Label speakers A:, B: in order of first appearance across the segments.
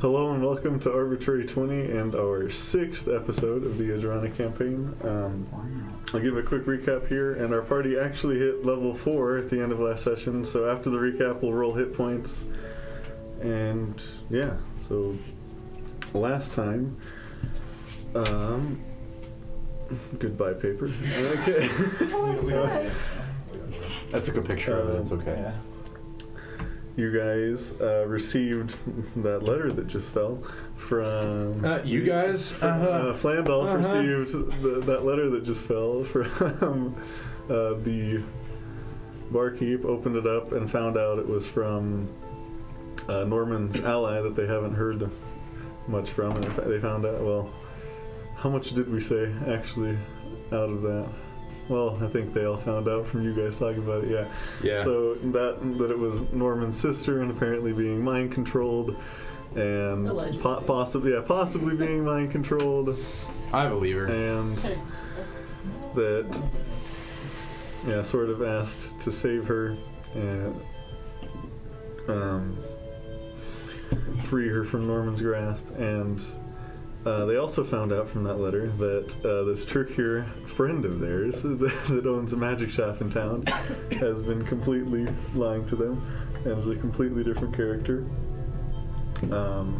A: Hello and welcome to Arbitrary 20 and our sixth episode of the Adrona campaign. Um, I'll give a quick recap here, and our party actually hit level 4 at the end of last session, so after the recap, we'll roll hit points. And yeah, so last time. Um, goodbye, paper. Okay.
B: I took a picture of it. It's
A: Um,
B: okay.
A: you guys uh, received that letter that just fell from.
C: Uh, you guys,
A: Uh,
C: uh,
A: Flandolf
C: Uh-huh.
A: received the, that letter that just fell from uh, the barkeep, opened it up, and found out it was from uh, Norman's ally that they haven't heard much from. And in fact, they found out, well, how much did we say actually out of that? Well, I think they all found out from you guys talking about it, yeah.
C: yeah.
A: So that that it was Norman's sister and apparently being mind controlled, and
D: Allegedly.
A: po- possibly yeah, possibly being mind controlled,
C: I believe her.
A: and that yeah, sort of asked to save her and um, free her from Norman's grasp. And uh, they also found out from that letter that uh, this Turkir friend of theirs that, that owns a magic shop in town has been completely lying to them and is a completely different character um,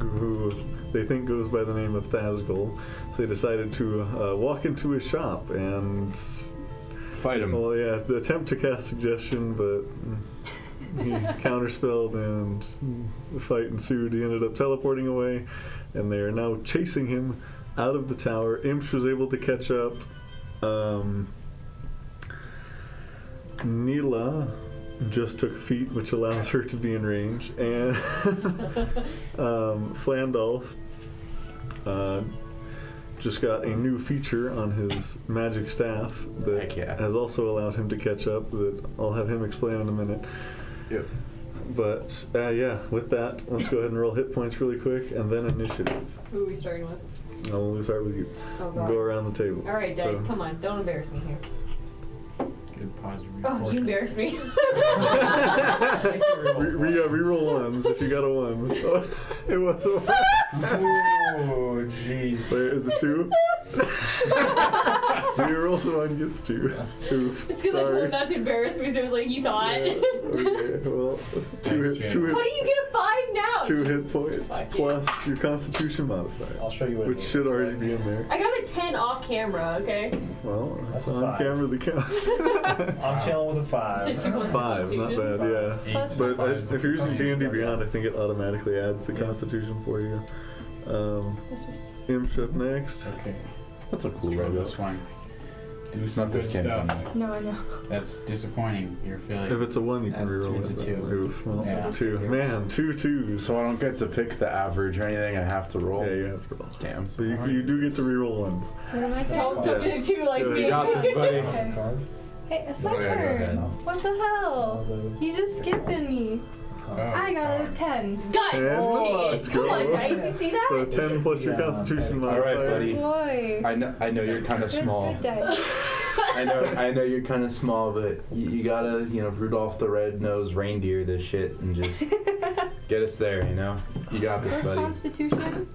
A: who they think goes by the name of Thasgul. So they decided to uh, walk into his shop and,
C: Fight him.
A: well, yeah, attempt to cast suggestion, but he counterspelled and the fight ensued. He ended up teleporting away, and they are now chasing him out of the tower. Imps was able to catch up. Um, Neela just took feet, which allows her to be in range, and um, Flandolf uh, just got a new feature on his magic staff that
C: Heck yeah.
A: has also allowed him to catch up. That I'll have him explain in a minute.
C: Yep.
A: But uh, yeah, with that, let's go ahead and roll hit points really quick, and then initiative.
D: Who are we starting with?
A: And we'll start with you.
D: Oh,
A: We'll go around the table.
D: All right,
A: So-
D: dice, come on. Don't embarrass me here.
E: Good positive
D: Oh, you
E: reinforcement.
D: embarrassed me.
A: Re- re- yeah, reroll ones if you got a one. Oh, it was a one.
E: Oh, jeez.
A: Wait, is it two? reroll someone gets two. Oof.
D: it's because I told
A: sorry.
D: him not to embarrass me, so it was like, you thought.
A: Yeah, okay, well, two,
E: Thanks,
A: hit,
E: Jane.
A: two,
D: How do
A: hit,
D: you get a five now?
A: two hit points
D: Fuck you.
A: plus your constitution modifier,
E: I'll show you what
A: which
E: it
A: should
E: looks
A: already
E: like.
A: be in there.
D: I got a 10 off camera, okay?
A: Well,
E: That's
A: it's
E: a
A: on
E: five.
A: camera that counts.
E: I'm chilling with a
D: So
E: five.
D: two plus
A: Five, not bad, yeah.
D: Plus
A: But I,
E: Fives.
A: if you're using D and D
E: Constitution.
A: Beyond, I think it automatically adds the
E: Yeah.
A: Constitution for you. Um, Imship next.
E: Okay.
B: That's a cool
E: Let's try
B: logo.
E: this one. Do
B: It's
E: some
B: not this
E: good
B: campaign.
E: stuff.
F: No, I know.
E: That's disappointing. You're
A: If
E: feeling.
A: it's a one, you can
E: Uh,
A: reroll
E: it's
A: it.
E: a
A: but-
E: two.
A: Oof, well,
E: Yeah.
A: two. Man, two twos.
B: So I don't get to pick the average or anything. I have to roll.
A: Yeah, you have to roll.
B: Damn.
A: So you, you do get to reroll ones.
F: What am I
D: Don't,
F: doing?
D: don't get a two like
A: Yeah.
D: me.
A: You
B: got this, buddy.
F: Hey, it's my
B: Oh, yeah, go
F: turn.
B: ahead.
F: What the hell? You just skipping me.
B: Oh,
F: I got a 10.
D: Got it. Dang
A: Ten.
D: it.
A: Let's
D: Come
A: go.
D: on, dice, you see that?
A: So 10 plus your
E: Yeah.
A: Constitution
B: All
A: modifier.
B: right, buddy.
F: Boy.
B: I know. I know you're kind of
F: Good,
B: small.
F: good dice.
B: I know. I know you're kind of small, but you, you gotta, you know, Rudolph the Red-Nosed Reindeer this shit and just get us there. You know. You got this,
F: What's
B: buddy.
F: Constitution?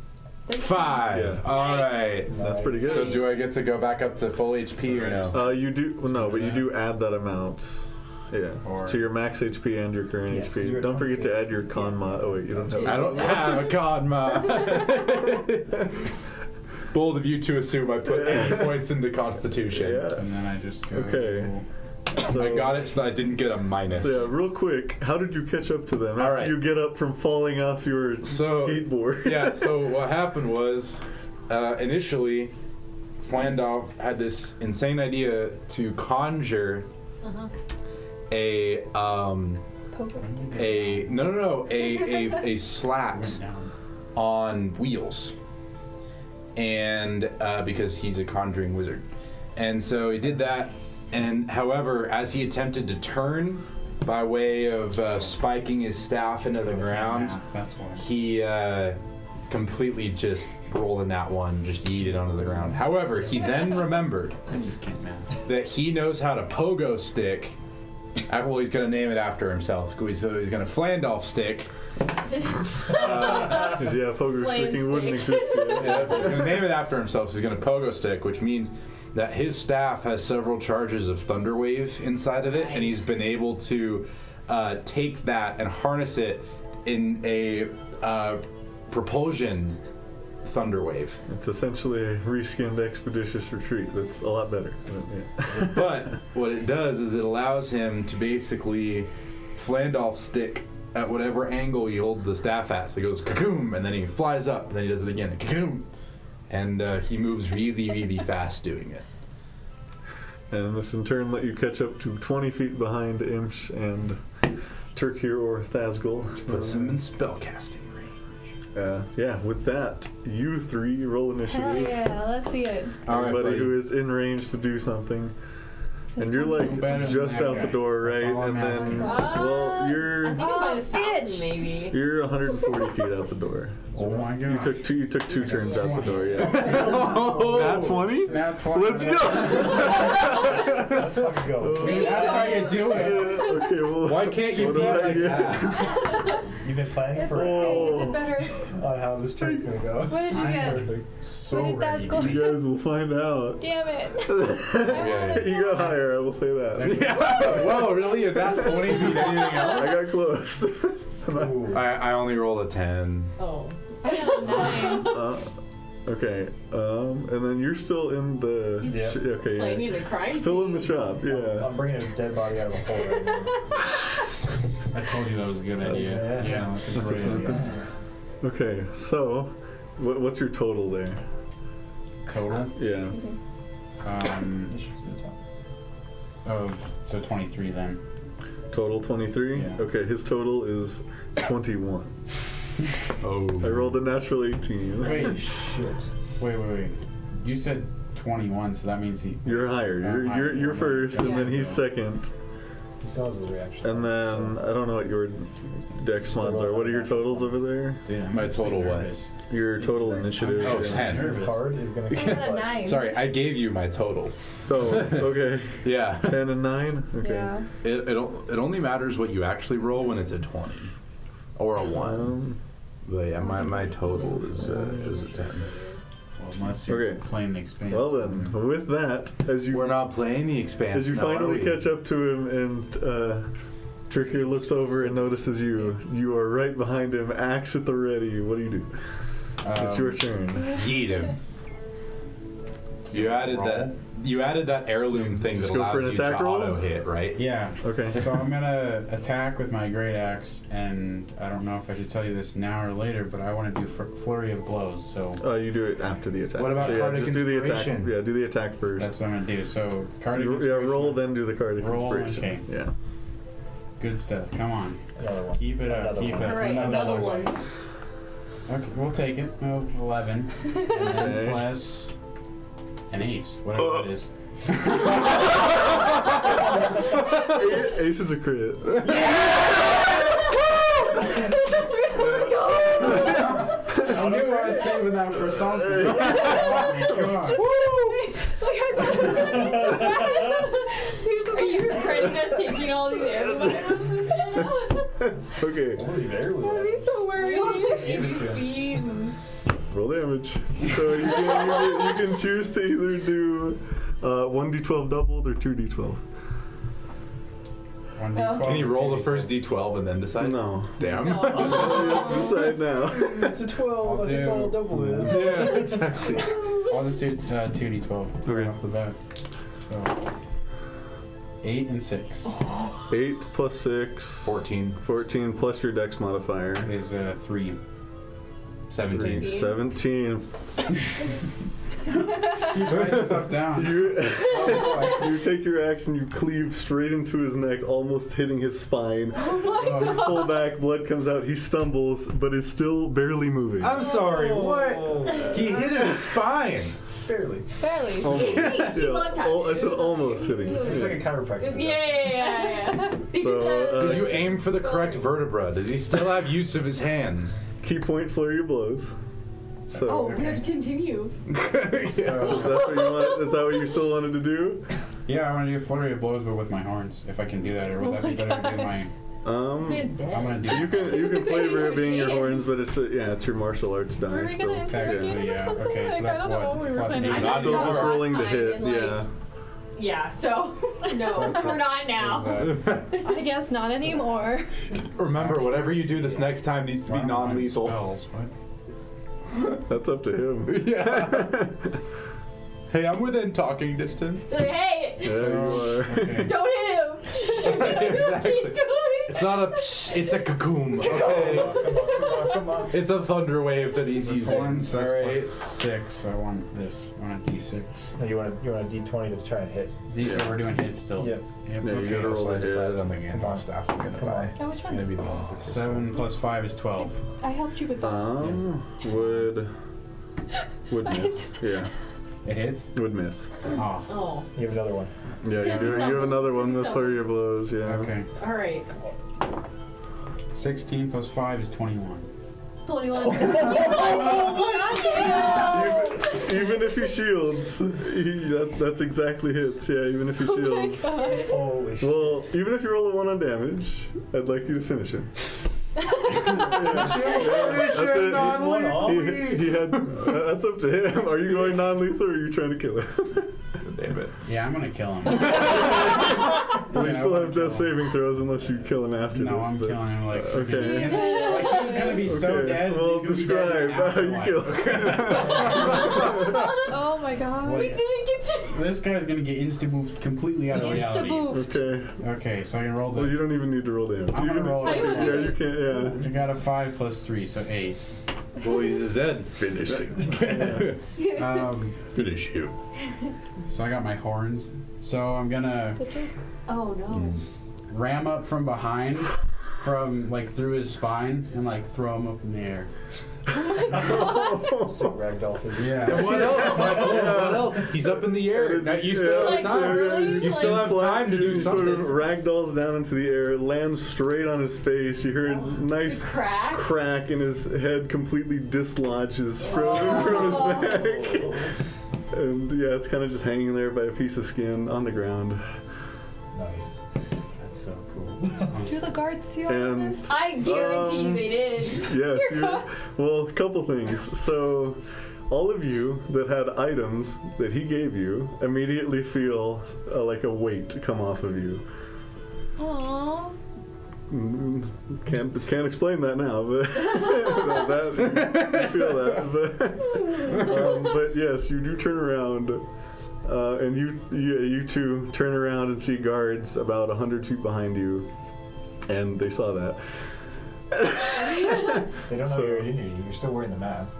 F: Thirteen.
B: Five.
A: Yeah.
B: All
D: Nice.
B: right.
A: That's pretty good.
B: So do I get to go back up to full HP or no?
A: Uh, you do well, no, but you do add that amount. Yeah,
E: Or-
A: to your max HP and your current
E: Yes, 'cause
A: HP.
E: you're
A: Don't forget to
E: constitution.
A: add your con mod. Oh wait, you don't have.
B: I don't have a con mod. Bold of you to assume I put eight points into Constitution.
A: Yeah.
E: And then I just go.
A: Okay. So,
B: I got it so that I didn't get a minus.
A: So yeah, real quick, how did you catch up to them after
B: All right.
A: you get up from falling off your
B: So-
A: skateboard?
B: yeah, so what happened was uh, initially Flandov had this insane idea to conjure a um,
F: Poker stick.
B: a no no no a a, a slat
E: Went down.
B: on wheels, and uh, because he's a conjuring wizard, and so he did that. And however, as he attempted to turn by way of uh, spiking his staff into the ground,
E: That's why.
B: he uh, completely just rolled in that one, just yeeted onto the ground. However, he then remembered
E: I just can't math.
B: that he knows how to pogo stick. uh, Well, he's gonna name it after himself. So he's gonna Flandolf stick, Uh,
A: 'Cause, yeah, pogo
D: Plain
A: sticking wouldn't
D: stick.
A: exist yet.
B: yeah, he's going to name it after himself. He's going to pogo stick, which means that his staff has several charges of Thunderwave inside of it, and he's
D: Nice.
B: been able to uh, take that and harness it in a uh, propulsion Thunderwave.
A: It's essentially a reskinned expeditious retreat. That's a lot better. But, yeah.
B: But what it does is it allows him to basically Flandolf stick at whatever angle he holds the staff at. So he goes kakoom, and then he flies up, and then he does it again, kakoom, and uh, he moves really, really fast doing it.
A: And this in turn let you catch up to 20 feet behind Imsh and Turkir or Thasgul.
B: Puts him in spellcasting range.
A: Uh, yeah, with that, you three roll
F: Hell
A: initiative.
F: yeah, let's see it.
B: All right,
A: Everybody
B: buddy.
A: who is in range to do something.
F: Let's
A: and you're
F: go.
E: I'm
A: like
E: better than
A: just
E: that
A: out the
E: guy.
A: door, right?
E: That's all I'm
A: And
E: asking.
A: then, well,
D: I think
A: you're
D: about a
F: Oh,
D: thousand,
F: bitch.
D: maybe.
A: you're 140 feet out the door.
E: Oh my god.
A: You took two. You took two turns out the door. Yeah.
C: Oh,
A: Not 20.
E: Now 20.
A: Let's Oh. go.
G: Let's fucking go.
D: Maybe
E: That's how you do
A: Yeah,
E: it.
A: okay, well,
B: Why can't you
A: what
B: be
A: do I
B: like
A: get?
B: that?
G: You've been planning
F: It's
G: for
F: okay, you did
A: Oh.
F: better.
G: on how this turn's gonna go.
F: What did you
E: Mine's
F: get?
G: Perfect.
E: So
F: Where did that
E: ready.
F: go?
A: You guys will find out.
F: Damn it.
B: yeah.
A: you got higher. I will say that.
B: yeah. Whoa, really? Is that 20 feet anything else?
A: I got close.
G: Ooh.
B: I, I only rolled a 10.
D: Oh.
F: I got a nine.
A: Uh, okay. Um, and then you're still in the.
G: He's
A: sh- okay.
D: Like, I
A: yeah.
D: need a crime
A: Still in
D: scene.
A: the shop. Yeah.
G: uh, I'm bringing a dead body out of a hole right now.
E: I told you that was a good
A: That's-
E: idea.
G: yeah.
E: Yeah, that's a
A: That's a
E: great idea.
A: sentence. Okay. So, what, what's your total there?
E: Total.
A: Yeah.
E: Um, of, oh, so 23 then.
A: Total 23?
E: Yeah.
A: Okay, his total is 21.
B: Oh.
A: I rolled a natural 18.
E: Wait, shit. Wait, wait, wait. You said 21, so that means he.
A: You're higher. You're,
E: I'm
A: you're,
E: higher.
A: you're first, and then
E: Yeah.
A: he's second.
G: He still has his reaction.
A: And then, I don't know what your dex mods are. What are your totals over there?
E: Dude, I'm
B: My
E: actually
B: total what?
E: nervous.
A: Your total initiative.
B: Oh,
A: yeah.
B: 10.
G: his card is gonna
F: I got a
G: come
F: nine.
B: Sorry, I gave you my total.
A: So, okay.
B: Yeah.
A: 10 and 9? Okay.
F: Yeah.
B: It, it, o- it only matters what you actually roll when it's a 20 or a 1.
A: Um,
B: But yeah, my, my total is, uh, is a 10.
E: Well, unless you're
A: Okay.
E: playing the Um, expanse.
A: well, then, with that, as you
B: We're not playing the expanse.
A: As you
B: now,
A: finally
B: are we?
A: catch up to him and uh, Trickier looks over and notices you, you are right behind him, axe at the ready. What do you do? it's your
B: Um,
A: turn.
B: Yeet him. You added that. You added that heirloom thing
A: Just
B: that
A: go
B: allows
A: for an
B: you
A: attack
B: to
A: roll?
B: auto hit, right?
E: Yeah.
A: Okay.
E: So I'm gonna attack with my great axe, and I don't know if I should tell you this now or later, but I want to do fr- flurry of blows. So
A: Uh, you do it after the attack.
B: What about
A: so, yeah,
B: Cardiac
A: just do the attack.
B: Inspiration?
A: Yeah, do the attack first.
E: that's what I'm gonna do. So
A: You-
E: cardigan.
A: yeah, roll then do the cardiac
E: Roll,
A: inspiration.
E: okay.
A: Yeah.
E: Good stuff. Come on,
G: Another one.
E: keep it up.
G: Another
E: keep
G: one.
E: it. up.
D: Alright, another one.
E: Okay, we'll take it. Oh, 11. And
A: Okay.
E: then plus an ace, whatever it is.
A: A- Ace is a crit.
E: I knew I was saving that for something. Come on.
D: Are you regretting us taking all these animals?
A: okay.
G: Holy barely
F: I'm so worried.
D: Give it to
A: Roll damage. So you can, you, can choose to either do uh, 1d12 doubled or 2d12.
E: One
F: Oh.
E: d12.
B: Can you roll the first d12 and then decide?
A: No.
B: Damn.
A: You have to decide now.
G: It's a 12.
E: I'll
G: I think
E: do-
G: all double is.
B: Yeah, exactly.
E: I'll just do uh, 2d12 right
A: Okay.
E: off the bat. So, 8 and 6
A: 8 plus 6.
B: 14,
A: 14 plus your dex modifier.
E: is uh, 3.
B: 17.
A: 17.
E: You write stuff down.
A: You, you take your axe and you cleave straight into his neck, almost hitting his spine. You pull back, blood comes out, he stumbles, but is still barely moving.
B: I'm sorry, what?
G: Oh,
B: He hit his spine.
G: barely.
F: Barely.
A: Almost.
D: left-handed.
A: al- I said almost hitting.
G: It's like a
A: Yeah.
G: chiropractor.
D: Yeah, yeah, yeah, yeah. They
A: So,
D: did that.
A: uh,
B: Did you aim for the correct vertebra? Does he still have use of his hands?
A: Key point flurry of blows. So
D: oh, we have to continue.
A: that's what you want. Is that what you still wanted to do?
E: Oh Yeah, I want to do flurry of blows, but with my horns. If I can do that, or would that be better to do my
A: Um,
D: man's
A: you
D: dead.
E: I'm gonna do.
A: can you can flavor it being your
D: Shades.
A: horns, but it's a, yeah, it's your martial arts die.
D: Were we
A: still.
D: gonna enter
E: technically,
D: the game or
E: yeah.
D: something?
E: Okay, so
D: like, I
E: that's
D: don't
E: what?
D: know what we were
E: Plus
D: planning.
E: eight.
D: I
A: Not
D: just
A: still
D: got
A: just
D: lost
A: rolling to
D: time
A: hit.
D: and, like,
A: yeah.
D: Yeah, so no,
E: That's
D: we're
E: it.
D: not now.
E: Is, uh,
F: I guess not anymore.
B: Remember, whatever you do this next time needs to be
E: why am I
B: non lethal.
E: spells? What?
A: That's up to him.
B: Yeah. hey, I'm within talking distance.
D: Like, hey,
A: There you
E: So,
A: are.
E: okay.
D: don't hit him.
B: Exactly.
D: Keep going.
B: It's not a psh, it's a cocoon. Okay.
G: Come on, come on, come on.
B: It's a thunder wave that he's using.
E: Horns, that's
B: Alright.
E: plus six. So I want this. I want a D6.
G: No, you want a, you want a D20 to try and hit.
E: D- oh, We're doing hit still.
G: Yep.
E: Yep,
A: Yeah, you
E: okay.
A: gotta roll
B: So I
A: it.
B: decided on the
G: Come on.
B: Gandalf staff I'm gonna
G: Come
B: buy.
G: on.
F: That was
B: It's
F: fun.
B: gonna be the one with the first
E: Seven plus five is twelve.
F: I helped you with that.
A: Um, would would miss. Yeah,
E: It hits.
A: would miss.
E: Oh,
D: Oh,
G: You have another one.
A: Yeah, you,
D: It's 'cause
A: do,
D: it's
A: you have
D: double.
A: another one
D: It's
A: with
D: double.
A: flurry of blows. Yeah.
E: okay.
D: all right.
E: 16 plus 5 is 21.
D: 21. oh,
A: Even, even if he shields, he, that, that's exactly hits. Yeah, even
D: Oh
A: if he shields.
F: God.
G: Holy shit.
A: Well, even if you roll a one on damage, I'd like you to finish him. That's it.
G: He's one all.
A: He, he had. Uh, that's up to him. Are you going non-lethal, or are you trying to kill him?
B: one. Damn it.
E: Yeah, I'm gonna kill him.
A: well,
E: I
A: he still
E: wanna
A: has
E: kill
A: death
E: him.
A: saving throws unless you kill him after
E: no,
A: this.
E: I'm
A: but-
E: killing him. Like,
A: Okay.
E: he's gonna- like, he's gonna be so
A: Okay,
E: dead.
A: Well,
E: he's gonna be
A: describe
E: dead in
A: how
E: the
A: you kill.
E: afterlife.
F: Oh my god.
D: we didn't get to.
E: This guy's gonna get insta boofed completely out of reality.
F: Insta-boof.
A: okay.
E: Okay, so I can roll the.
A: Well, you don't even need to roll damage.
E: I'm
A: You
E: gonna
A: can-
E: roll
D: How do you
E: it.
A: Yeah, you can't. Yeah.
E: I got a 5 plus 3, so 8.
B: Well, he's is dead. Finish him.
E: Um,
B: Finish you.
E: so I got my horns. So I'm gonna
D: Oh no.
E: ram up from behind, from like through his spine, and like throw him up in the air.
G: Sick ragdoll physics.
E: Yeah.
B: What else, Michael? What else? He's up in the air.
A: That is-
B: Now, you still
A: yeah,
B: have
D: Like,
B: time.
D: really?
B: You still
D: Like-
B: have time to
A: He
B: do
A: Sort of
B: something.
A: ragdolls down into the air, lands straight on his face. You hear a nice
D: Crack.
A: crack, and his head completely dislodges from, from
F: Oh.
A: his neck. and yeah, it's kind of just hanging there by a piece of skin on the ground.
G: Nice. That's so cool.
F: Do the guards see all of
A: And
F: this?
D: I guarantee
A: Um,
D: you they did.
A: Yes.
F: Dear
A: you-
F: God.
A: well, a couple things. So, all of you that had items that he gave you immediately feel uh, like a weight come off of you.
F: Aww.
A: Mm, Can't can't explain that now, but that, that- you feel that. But, um, but yes, you do turn around, uh, and you, you you two turn around and see guards about hundred feet behind you, and they saw that.
G: They don't know
A: So-
G: you're in here. You're still wearing the mask.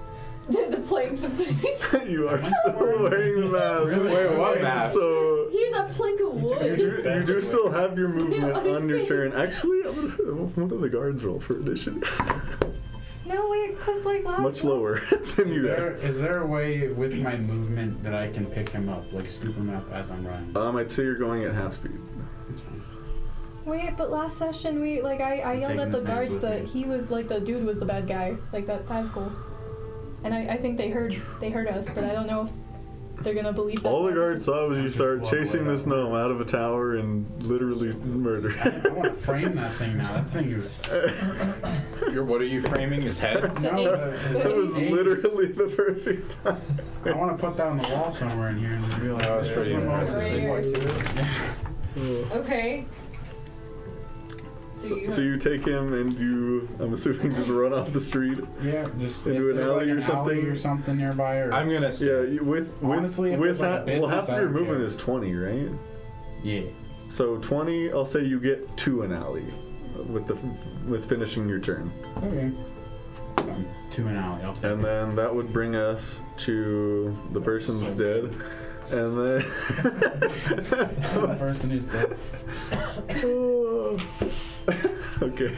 D: The, the plank, the thing.
A: you are still wearing the mask.
B: Wait, what mask?
A: So
D: He had that plank of
A: Oh, you
D: wood.
A: do, you do still have your movement
D: Yeah,
A: on your
D: honestly.
A: turn. Actually, what do the guards roll for initiative?
F: No, wait, cause like last
A: Much lower than
E: Is
A: you.
E: there, is there a way with my movement that I can pick him up, like scoop him up as I'm running?
A: Um, I'd say you're going at half speed.
F: Wait, but last session we like I, I
E: I'm
F: yelled
E: taking
F: at the
E: this man
F: guards
E: with
F: that
E: me.
F: he was like the dude was the bad guy, like that high school. And I, I think they heard they heard us, but I don't know if they're gonna believe that.
A: All the guards saw was you start
E: Blow away
A: chasing
E: that
A: this
E: one.
A: gnome out of a tower and literally murder.
E: I, I want to frame that thing now. That thing is. uh,
B: You're, what are you framing his head?
E: No,
D: ace.
E: the-
A: that was
E: the ace.
A: literally the perfect time.
E: I want to put that on the wall somewhere in here and then realize
A: Oh,
B: That was
E: there's
B: pretty
E: someone else that did
D: impressive.
E: what you did.
D: Okay. So,
A: So,
D: you,
A: so you take him and you, I'm assuming, just run off the street.
E: Yeah, just
A: Into an
E: if there's,
A: alley
E: like
A: or
E: an
A: something?
E: or something nearby. Or,
B: I'm gonna.
A: Yeah,
B: Stand.
A: you, with with
E: Honestly, if
A: with
E: it's like
A: half,
E: a business,
A: well, half of
E: I
A: your
E: don't
A: movement
E: care.
A: is 20, right?
E: yeah,
A: So 20, I'll say you get to an alley with the with finishing your turn,
E: okay. Um, to an alley. I'll take
A: and
E: it.
A: then that would bring us to the person's dead, and
E: the
A: then.
E: person who's dead.
A: okay.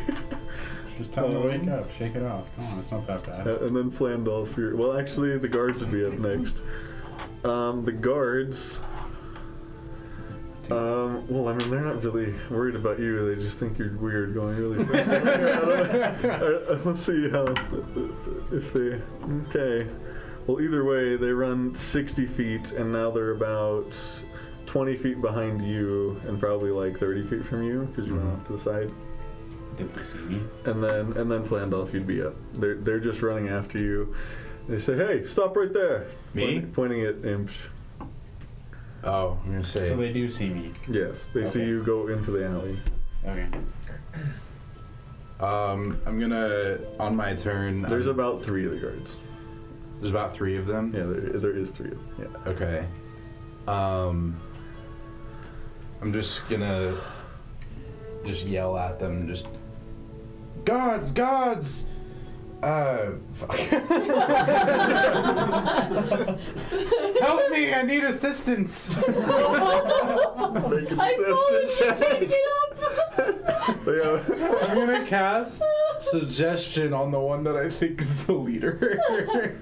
E: Just tell them to wake
A: Um,
E: up, shake it off. Come on, it's not that bad.
A: Uh, and then Flandolf. Your, well, actually, the guards would be up next. Um, the guards. Um, well, I mean, they're not really worried about you. They just think you're weird going really fast. I don't know. Uh, uh, let's see how. If they. Okay. Well, either way, they run 60 feet, and now they're about 20 feet behind you, and probably like 30 feet from you, because you went off to the side.
E: didn't see me.
A: and then and then Flandolf, you'd be up. They're they're just running after you. They say, "Hey, stop right there!"
B: Me?
A: Point- pointing at Imps.
B: Oh, I'm gonna say.
E: So they do see me.
A: Yes, they see
E: Okay.
A: you go into the alley.
E: Okay.
B: um, I'm gonna on my turn.
A: There's
B: um,
A: about three of the guards.
B: there's about three of them.
A: Yeah, there, there is three of them. Yeah.
B: Okay. Um, I'm just gonna just yell at them. Just guards, guards. Uh, fuck. Help me! I need assistance.
A: Make a
D: I told you
A: deception check.
D: pick it up.
A: They, uh,
B: I'm gonna cast suggestion on the one that I think is the leader.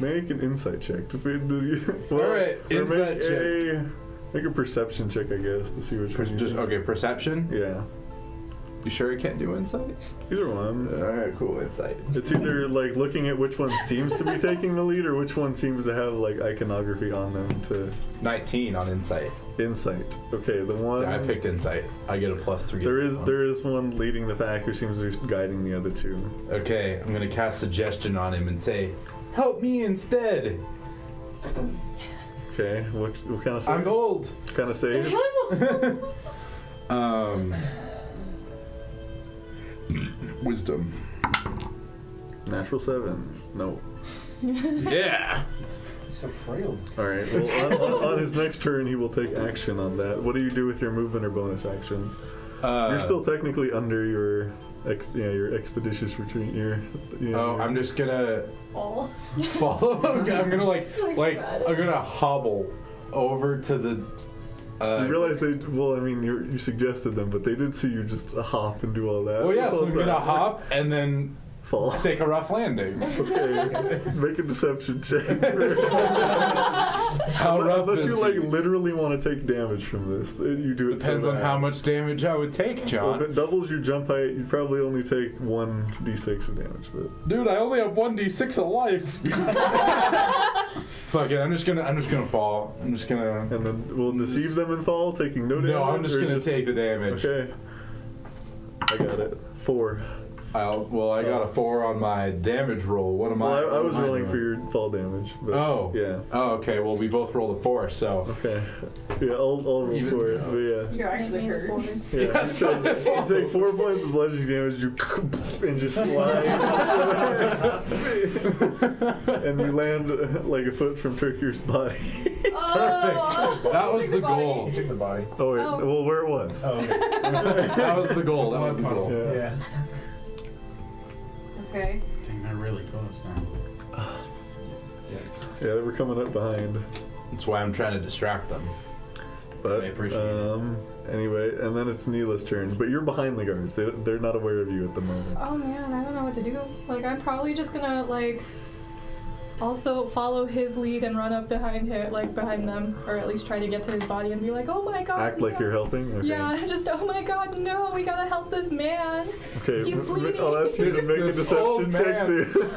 A: make an insight check. To fi- do you- well,
B: All right,
A: or
B: insight
A: make
B: check.
A: A, make a perception check, I guess, to see which
B: Per-
A: one. you
B: just
A: do.
B: okay, perception.
A: Yeah,
B: You sure I can't do insight?
A: either one.
B: All right, cool, insight.
A: It's either like looking at which one seems to be taking the lead, or which one seems to have like iconography on them to
B: 19 on insight.
A: insight. Okay, the one
B: Yeah, I picked insight. I get a plus three. to
A: There
B: that
A: is
B: one.
A: there is one leading the pack who seems to be guiding the other two.
B: Okay, I'm gonna cast suggestion on him and say, "Help me instead.
A: Okay, what what kind of
B: I'm
A: save?
B: old."
A: Kind of save.
B: Um. Wisdom.
A: Natural seven. No.
B: Yeah.
G: He's so frail.
A: All right. Well, on, on, on his next turn, he will take action on that. What do you do with your movement or bonus action?
B: Uh,
A: You're still technically under your, ex, yeah, your expeditious retreat. Your, yeah,
B: Oh, I'm just gonna
D: Oh.
B: follow. I'm gonna like,
D: Like
B: like,
D: that.
B: I'm gonna hobble over to the. Uh,
A: You realize they? Well, I mean, you, you suggested them, but they did see you just hop and do all that.
B: Well, oh, yeah.
A: This
B: So
A: whole
B: I'm gonna
A: time.
B: hop and then
A: Fall.
B: take a rough landing.
A: Okay. Make a deception check.
B: How rough
A: Unless
B: is
A: you like
B: the-
A: literally want to take damage from this, uh, you do it. so
B: Depends on
A: bad.
B: how much damage I would take,
A: Well, if
B: John.
A: it doubles your jump height, you probably only take one d6 of damage. But
B: Dude, I only have one d six of life. Fuck it, I'm just gonna, I'm just gonna fall. I'm just gonna.
A: and then we'll deceive them and fall, taking no damage.
B: Mm. No, I'm just
A: or
B: gonna take the damage.
A: Okay. I got it. Four.
B: I'll, well, I got a four on my damage roll. What am
A: Well,
B: I?
A: I, I
B: what
A: was
B: am I
A: rolling for
B: doing?
A: your fall damage. But
B: Oh.
A: Yeah.
B: Oh, okay. Well, we both rolled a four, so.
A: Okay. Yeah, I'll, I'll roll
B: Even-
A: for it. But yeah.
D: You're actually
F: Make me the
D: hurt.
F: fours.
A: Yeah,
B: Yeah, so
A: so
B: I fall.
A: you take four points of bludgeoning damage, you and just slide, and you land uh, like a foot from Turkey's body.
D: Oh.
B: Perfect. That was the
D: Everybody.
B: goal.
G: He took the body.
A: Oh wait,
D: Oh.
A: well where it was.
G: Oh, okay.
B: That was the goal. That was the goal.
A: Yeah.
G: yeah.
D: Okay.
E: Dang, they're really close now.
A: Yeah, they were coming up behind.
B: That's why I'm trying to distract them.
A: But
E: I appreciate it.
A: um, anyway, and then it's Neela's turn. But you're behind the guards. They, they're not aware of you at the moment.
F: Oh man, I don't know what to do. Like I'm probably just gonna like also follow his lead and run up behind him, like behind them, or at least try to get to his body and be like, oh my god.
A: Act like
F: no."
A: you're helping. Okay.
F: Yeah, just oh my god, no, we gotta help this man.
A: Okay.
F: He's bleeding.
A: I'll ask you to
B: This-
A: make a
B: this old
A: deception check
B: man.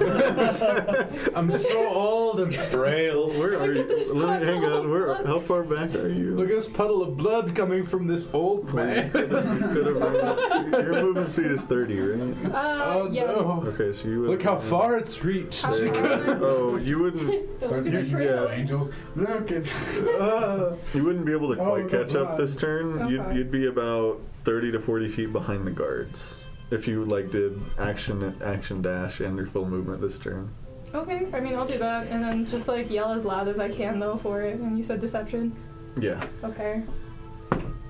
A: too.
B: I'm so old and frail.
A: Where are
F: Look at this
A: you? Let me, hang
F: puddle.
A: on. Where? How far back are you?
B: Look at this puddle of blood coming from this old man.
A: Your movement speed is 30, right?
F: Uh,
B: Oh,
F: yes.
B: no.
A: Okay, so you. would-
B: Look how far it's reached.
F: How
A: There you
F: far?
A: go. Oh, you wouldn't.
D: Don't
E: Don't
D: do
E: you
D: it for
A: yeah.
D: yourself.
E: angels? Look, it's.
B: Uh,
A: You wouldn't be able to
E: Oh,
A: quite
E: no,
A: catch up
E: God.
A: this turn. You'd,
F: Okay.
A: you'd be about thirty to forty feet behind the guards if you like did action action dash and your full movement this turn.
F: Okay, I mean I'll do that, and then just like yell as loud as I can though for it. And you said deception.
A: Yeah.
F: Okay.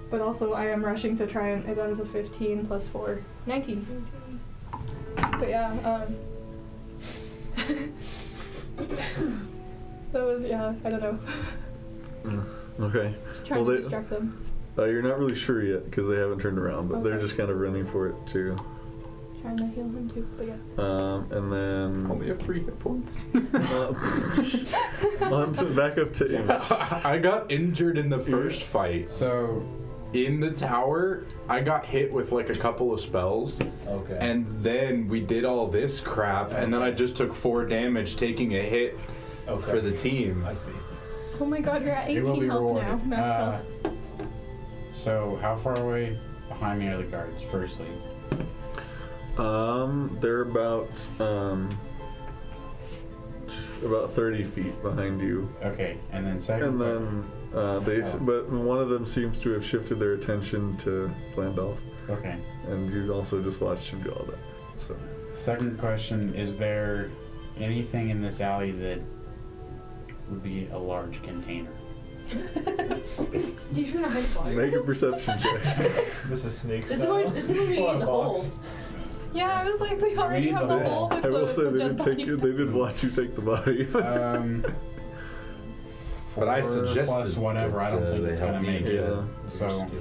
F: But also, I am rushing to try and. It ends a 15 plus 4. 19. But yeah, um. that was, yeah, I don't know.
A: Okay.
F: Just trying
A: Well,
F: to
A: they-
F: distract them.
A: Uh, you're not really sure yet because they haven't turned around, but they're
F: Okay.
A: just kind of running for it too.
F: Trying to heal him too, but yeah.
A: Um, and then
B: Only have three hit points.
A: uh, on to, back up to Imp.
B: I got injured in the first fight.
E: So,
B: In the tower, I got hit with like a couple of spells,
G: Okay.
B: and then we did all this crap, and then I just took four damage taking a hit
G: okay.
B: for the team.
G: I see.
F: Oh my god, you're at
E: it will
F: 18
E: be
F: health now.
E: rewarded.
F: Max
E: Uh,
F: health.
E: so, how far away behind me are the guards, firstly?
A: Um, they're about um, about thirty feet behind you,
E: Okay, and then
A: and
E: second.
A: then uh, they. But one of them seems to have shifted their attention to Flandolf,
E: Okay.
A: and you also just watched him do all that. So
E: Second question: Is there anything in this alley that would be a large container?
D: You should hide water.
A: make a perception check.
G: This is snake
D: This is
G: style.
D: where- this is where we
G: Or a
D: need the
G: box.
D: hole.
F: Yeah, I was like, we already
E: need
F: have
E: the
F: the
E: hole.
F: hole with
A: I will
F: the,
A: say
F: the
A: they
F: dead
A: did take.
F: bodies.
A: They did watch you take the body.
E: Um,
B: But I
E: four
B: suggested
E: plus whatever. I don't
B: that, uh,
E: think
B: they
E: it's
B: help
E: gonna
B: me
E: make
A: yeah.
E: it.
G: Your
E: So,
G: skills,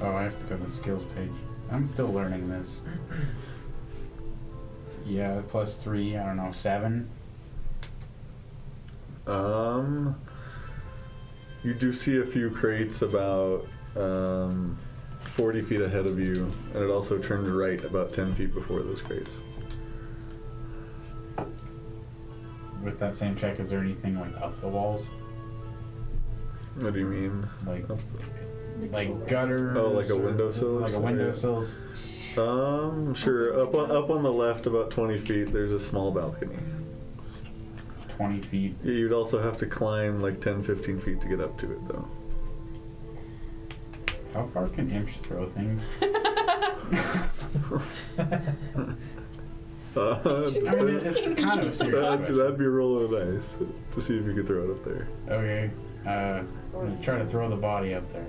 G: yeah.
E: oh, I have to go to the skills page. I'm still learning this. Yeah, plus three. I don't know, seven.
A: Um, you do see a few crates about um, 40 feet ahead of you, and it also turned right about 10 feet before those crates.
E: With that same check, is there anything like up the walls,
A: What do you mean?
E: like like gutters?
A: Oh, like a
E: or-
A: windowsill or
E: Like a
A: something?
E: windowsill.
A: Um, sure. Up on, up on the left, about 20 feet, there's a small balcony.
E: Twenty feet.
A: You'd also have to climb like 10, 15 feet to get up to it, though.
E: How far can imps throw things?
A: Uh,
E: I mean, it's kind of a serious
A: that'd,
E: question.
A: that'd be a roll of dice to see if you could throw it up there.
E: Okay. Uh, try to throw the body up there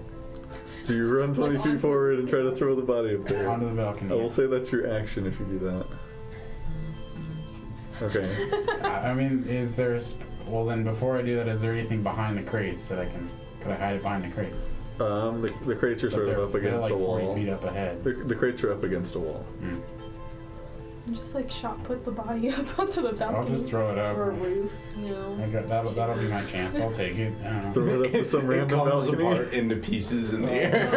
A: So you run 20 feet forward and try to throw the body up there.
E: onto the balcony.
A: I will say that's your action if you do that. Okay.
E: I I mean, is there? a sp- Well, then before I do that, is there anything behind the crates that I can? Could I hide it behind the crates?
A: Um, the, the crates are
E: But
A: sort
E: they're-
A: of up against
E: they're like
A: the wall.
E: Forty feet up ahead.
A: The, the crates are up against a wall.
E: Mm.
F: I'm just like shot put the body up onto the
E: I'll
F: balcony.
E: just throw it
D: Or a
E: up.
D: roof. No.
E: I got- That'll, that'll be my chance. I'll take it. I don't know.
A: Throw it up to some
B: It
A: random
B: comes
A: balcony.
B: apart into pieces in the air.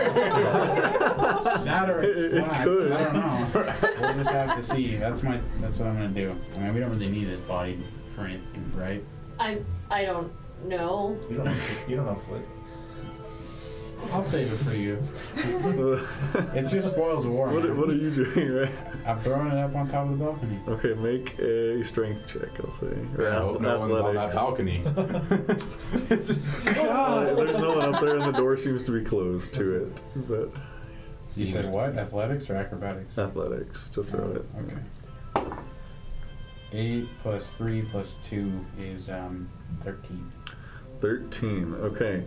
E: That or it
A: It- it
E: splats.
A: could.
E: I don't know. We'll just have to see. That's my. That's what I'm gonna do. I mean, we don't really need this body for anything, right?
D: I I don't know.
G: You don't have to, you don't have to.
E: I'll save it for you. It just spoils war.
A: what, are-
E: man.
A: what are you doing, right?
E: I'm throwing it up on top of the balcony.
A: Okay, make a strength check, I'll say. Or
B: I hope no one's on
A: athletics.
B: that balcony.
A: Uh, there's no one up there, and the door seems to be closed to it. But
E: You said what? Athletics or acrobatics?
A: athletics to throw it.
E: Okay. Eight plus three plus two is um thirteen.
A: 13. Okay.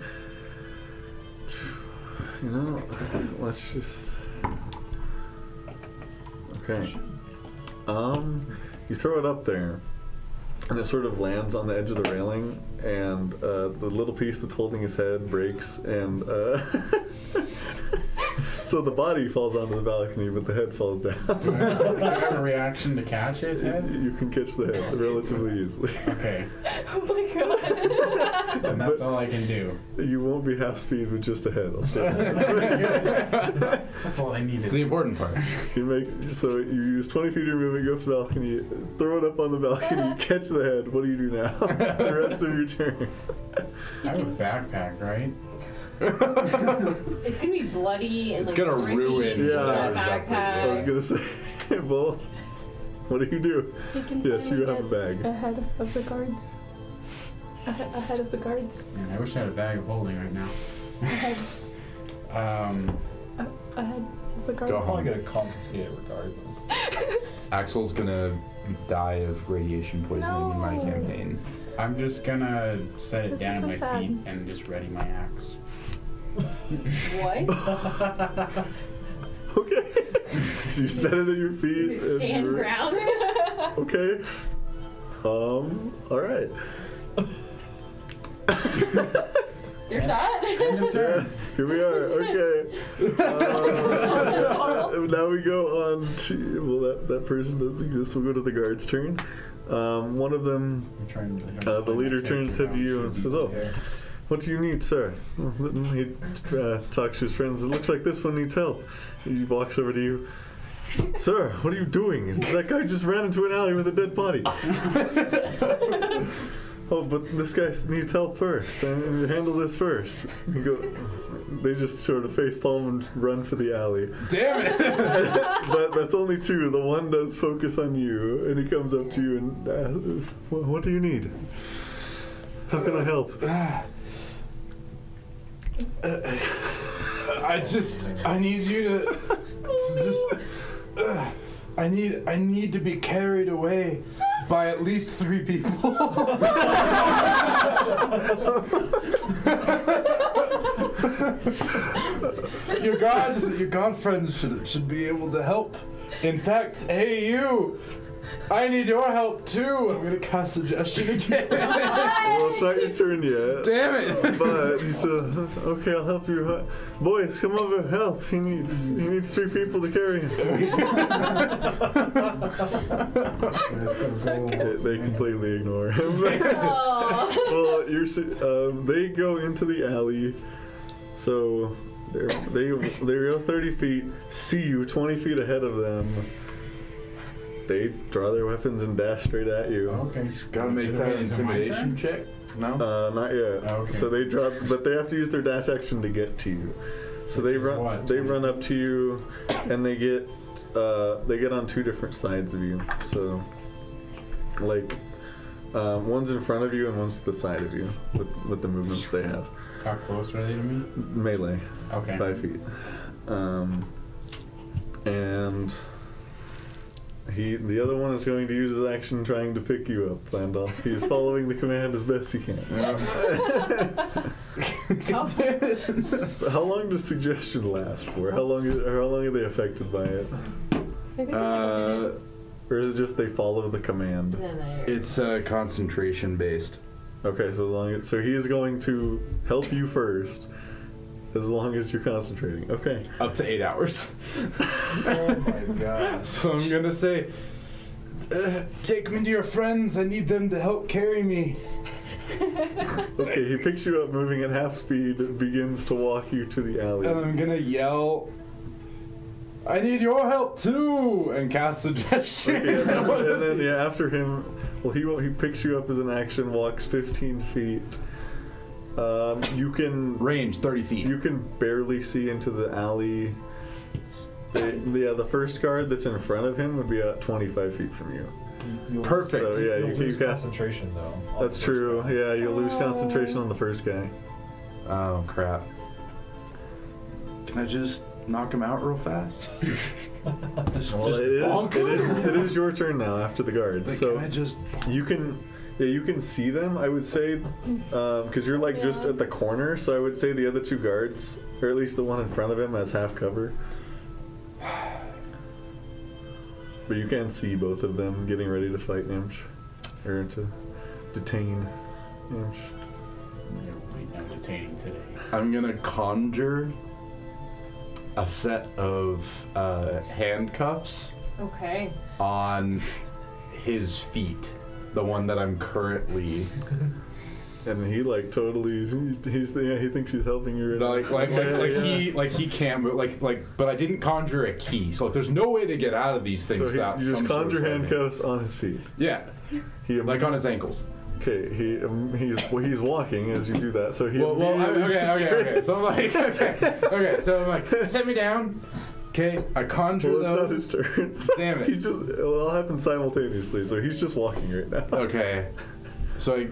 A: You know, let's just. Okay. Um, you throw it up there, and it sort of lands on the edge of the railing, and uh, the little piece that's holding his head breaks, and uh, so the body falls onto the balcony, but the head falls
E: Do
A: down.
E: I have a reaction to catch his head?
A: you can catch the head relatively easily.
E: Okay,
F: oh my god.
E: and that's all I can do.
A: You won't be half speed with just a head. I'll say that.
E: That's all I
B: It's
E: needed.
B: the important part.
A: You make so you use twenty feet of movement, go up the balcony, throw it up on the balcony, catch the head. What do you do now? the rest of your turn.
E: I have a backpack, right?
D: It's gonna be bloody and
B: It's
D: like,
B: gonna
D: drippy
B: ruin
A: Yeah.
D: and
B: yours up with
A: I was
D: backpack.
A: gonna say, well, what do you do?
F: You can
A: Yes, you
F: finally
A: have a
F: get
A: bag.
F: Ahead of the guards. Ahe- Ahead of the guards.
E: Man, I wish I had a bag of holding right now.
F: Ahead.
E: Um,
F: Uh, ahead of the guards.
B: Go home.
G: I'm gonna confiscate it regardless.
B: Axel's gonna die of radiation poisoning in my
F: No.
B: campaign.
E: I'm just gonna set it
F: This is
E: down at
F: so
E: my
F: sad.
E: feet and just ready my axe.
D: What?
A: Okay. so you set it at your feet. and
D: Stand
A: you're-
D: ground.
A: Okay. Um. All right.
D: There's that.
A: Yeah, here we are. Okay. Um, now we go on to well, that that person doesn't exist. We'll go to the guard's turn. Um, one of them
E: I'm trying to.
A: Uh, the leader turns to you and says, "Oh, what do you need, sir?" He uh, talks to his friends. It looks like this one needs help. He walks over to you. Sir, what are you doing? That guy just ran into an alley with a dead body. oh, but this guy needs help first. Uh, handle this first. You go. they just sort of facepalm and just run for the alley.
B: Damn it!
A: but that's only two. The one does focus on you, and he comes up to you and asks, "Wha- "What do you need? How can I help?"
B: I just I need you to, to just uh, I need I need to be carried away by at least three people. your gods, your god friends should should be able to help. In fact, hey you, I need your help too. I'm gonna cast suggestion again.
A: well, it's not your turn yet.
B: Damn it!
A: But he said, "Okay, I'll help you. Uh, Boys, come over, help. He needs he needs three people to carry him." They, they completely ignore him.
D: Oh.
A: well, you're se- um, they go into the alley, so they're, they they go 30 feet, see you 20 feet ahead of them. They draw their weapons and dash straight at you.
E: Okay.
B: Gotta make that intimidation check. No.
A: Uh, not yet.
E: Ah, Okay.
A: So they drop, but they have to use their dash action to get to you. So they
E: is
A: run,
E: what?
A: they run up to you, and they get, uh, they get on two different sides of you. So, like, um, one's in front of you and one's to the side of you with, with the movements they have.
E: How close are they to me?
A: Melee,
E: Okay.
A: five feet. Um, and he, the other one is going to use his action trying to pick you up, Landolf. He's following the command as best he can.
B: Uh,
A: How long does suggestion last for? How long? Is, or how long are they affected by it,
F: I think it's like a
B: Uh,
F: minute.
A: or is it just they follow the command?
B: it's uh, concentration based.
A: Okay, so as long as, so he is going to help you first, as long as you're concentrating. Okay.
B: up to eight hours.
G: Oh my god.
B: So I'm gonna say, uh, take me to your friends. I need them to help carry me.
A: Okay, he picks you up, moving at half speed, begins to walk you to the alley.
B: And I'm gonna yell, I need your help too, and cast suggestion.
A: Okay, and then- and then yeah, after him, well, he wa- he picks you up as an action, walks 15 feet. Um, you can
B: Range 30 feet.
A: You can barely see into the alley. The, yeah, the first guard that's in front of him would be at 25 feet from you.
G: You- you'll-
B: Perfect.
A: So yeah,
G: you'll
A: you, you
G: lose
A: cast.
G: concentration though. on
A: That's
G: the first
A: true.
G: round.
A: Yeah, you lose concentration on the first guy.
B: Oh, crap. Can I just knock him out real fast? just,
A: Well, it, is, it, is, it is your turn now after the guards. So
B: just.
A: you can, yeah, you can see them. I would say, because you're like just
F: Yeah.
A: at the corner. So I would say the other two guards, or at least the one in front of him, has half cover. But you can see both of them getting ready to fight Imch, or to detain Imch.
E: They're way down detaining today.
B: I'm gonna conjure a set of uh, handcuffs.
D: Okay.
B: on his feet, the one that I'm currently
A: And he like totally, he's yeah, he thinks he's helping you.
B: like like like,
A: Yeah,
B: like
A: yeah.
B: he like he can't move like like but I didn't conjure a key, so like there's no way to get out of these things
A: So he,
B: without
A: you just
B: some sort of
A: conjure
B: something.
A: handcuffs on his feet.
B: Yeah,
A: He
B: like on his ankles.
A: Okay, he um, he's well, he's walking as you do that, so he
B: Well, well I,
A: immediately
B: okay,
A: just
B: okay,
A: turns.
B: okay. So I'm like, okay, okay. So I'm like, set me down. Okay, I conjure
A: Well, it's not his
B: those.
A: turns.
B: Damn it.
A: He just it all happened simultaneously, so he's just walking right now.
B: Okay, so like,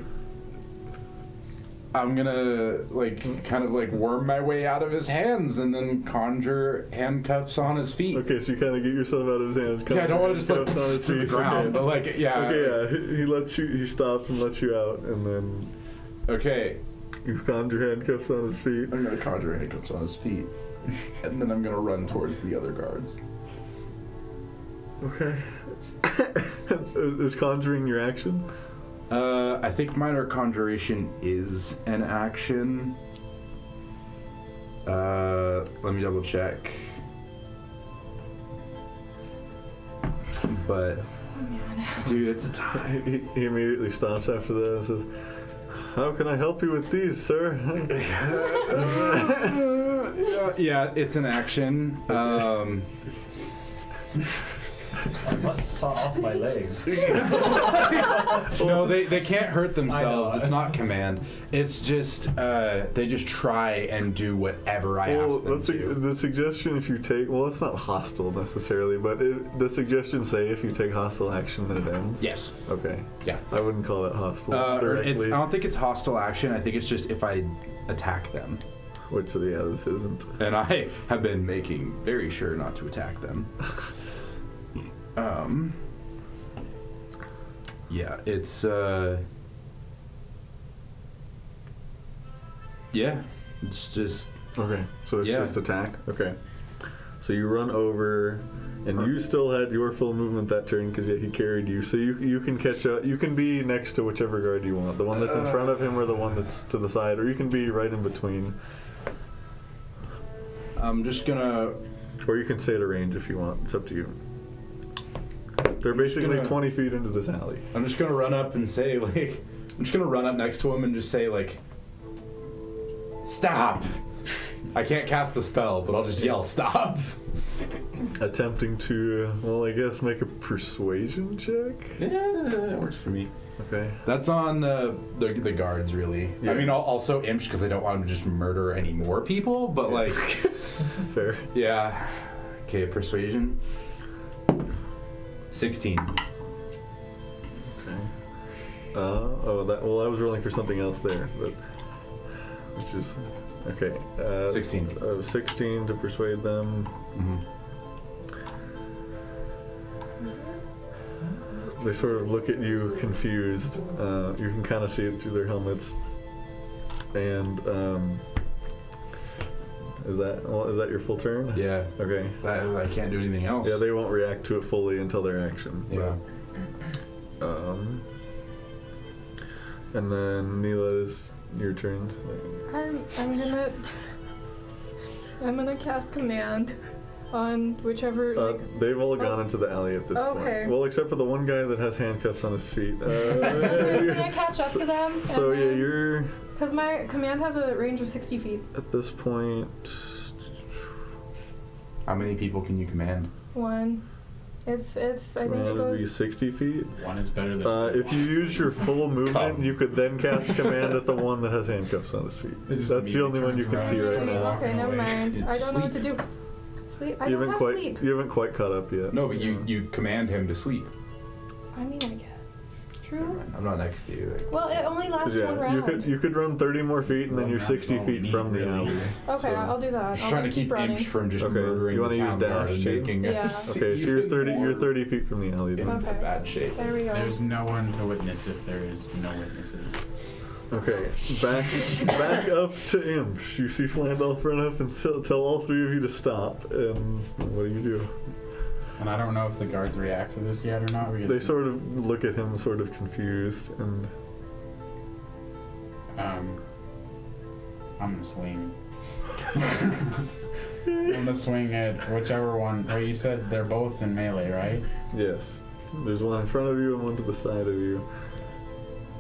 B: I'm gonna like kind of like worm my way out of his hands and then conjure handcuffs on his feet.
A: Okay, so you kind of get yourself out of his hands.
B: Yeah, I don't want to
A: kinda
B: just like
A: cuffs on his
B: to the
A: feet.
B: ground, but
A: Okay.
B: like yeah.
A: Okay, yeah, he, he lets you. He stops and lets you out, and then
B: Okay,
A: you conjure handcuffs on his feet.
B: I'm gonna conjure handcuffs on his feet, and then I'm gonna run towards the other guards.
A: Okay. Is conjuring your action?
B: Uh, I think minor conjuration is an action. Uh, let me double check. But dude, it's a tie.
A: He, he immediately stops after that and says, "How can I help you with these, sir?"
B: yeah, yeah, it's an action. Um,
G: I must saw off my legs.
B: no, they, they can't hurt themselves.
G: I know.
B: It's not command. It's just uh, they just try and do whatever I
A: Well,
B: ask them
A: that's
B: to.
A: a, the suggestion if you take. Well, it's not hostile necessarily, but it, the suggestion say if you take hostile action, then it ends.
B: yes.
A: Okay.
B: Yeah.
A: I wouldn't call it hostile
B: Uh, or it's, I
A: directly.
B: don't think it's hostile action. I think it's just if I attack them,
A: Which yeah, this isn't.
B: and I have been making very sure not to attack them. um. Yeah, it's. Uh, yeah, it's just
A: Okay. So it's
B: Yeah.
A: just attack. Okay. So you run over, and you still had your full movement that turn because yeah, he carried you. So you you can catch up. You can be next to whichever guard you want, the one that's in
B: Uh,
A: front of him or the one that's to the side, or you can be right in between,
B: I'm just gonna.
A: or you can stay at a range if you want. It's up to you. They're
B: I'm just
A: basically
B: gonna-
A: 20 feet into this alley.
B: I'm just gonna run up and say like. I'm just gonna run up next to him and just say like. Stop! I can't cast the spell, but I'll just yell stop.
A: Attempting to, uh, well, I guess make a persuasion check.
B: Yeah, that works for me.
A: Okay.
B: That's on uh, the the guards, really.
A: Yeah.
B: I mean, al- also imps because I don't want him to just murder any more people. But like,
A: Fair.
B: yeah. Okay, persuasion. Sixteen.
A: Uh, oh, that. Well, I was rolling for something else there, but which is okay. Uh,
B: 16.
A: Uh, Sixteen to persuade them. They sort of look at you confused. Uh, you can kind of see it through their helmets. And um, is that well, is that your full turn?
B: Yeah.
A: Okay.
B: I, I can't do anything else.
A: Yeah, they won't react to it fully until their action. but-
B: Yeah.
A: Um, and then Neela is your turn.
F: I'm, I'm gonna. I'm gonna cast command on whichever.
A: Uh,
F: like, Oh.
A: they've all gone into the alley at this
F: Okay.
A: point. Well, except for the one guy that has handcuffs on his feet. Uh,
F: I'm
A: you're-
F: gonna catch up to them. and
A: so yeah,
F: then-
A: you're
F: Because my command has a range of 60 feet.
A: at this point.
B: How many people can you command?
F: One. It's, it's, I
A: uh,
F: think it
A: it'd be
F: goes.
A: sixty feet.
E: One is better than.
A: Uh, if you use your full movement,
B: Come.
A: you could then cast command at the one that has handcuffs on his feet.
E: It just
A: That's the only
E: immediately
A: one you
E: turns
A: can see
E: around
A: right
E: and
A: now.
E: walking
F: Okay, never
E: away.
F: mind. I don't know what to
B: Sleep.
F: do. Sleep? I
A: you
F: don't
A: haven't
F: have
A: quite
F: sleep.
A: you haven't quite caught up yet.
B: No, but you you command him to sleep.
F: I mean, I guess. True.
B: I'm not next to you.
F: Well, it only lasts one
A: Yeah,
F: round.
A: you could you could run 30 more feet and then
E: Well,
A: you're
E: that's
A: 60
E: all we
A: feet
E: need,
A: from the
E: really.
A: alley.
F: Okay,
A: so-
F: I'll do that.
B: I'm just
F: I'll
B: trying to
F: just
B: keep
F: running.
B: Imps from just
A: Okay,
B: murdering
A: you
B: the
A: wanna
B: town
A: use dash,
B: guard and
A: too?
B: making
F: Yeah.
B: us
A: Okay, so you're
B: even
A: 30 you're
B: more
A: 30 feet from the alley.
B: in
A: Then.
F: Okay.
B: bad shape.
F: There we go.
E: There's no one to witness if there is no witnesses.
A: Okay, back back up to Imps. You see Flandolf run up and tell, tell all three of you to stop. And what do you do?
E: And I don't know if the guards react to this yet or not. We
A: They sort of look at him, sort of confused, and
E: Um, I'm gonna swing. I'm gonna swing at whichever one. Well, you said they're both in melee, right?
A: yes, there's one in front of you and one to the side of you.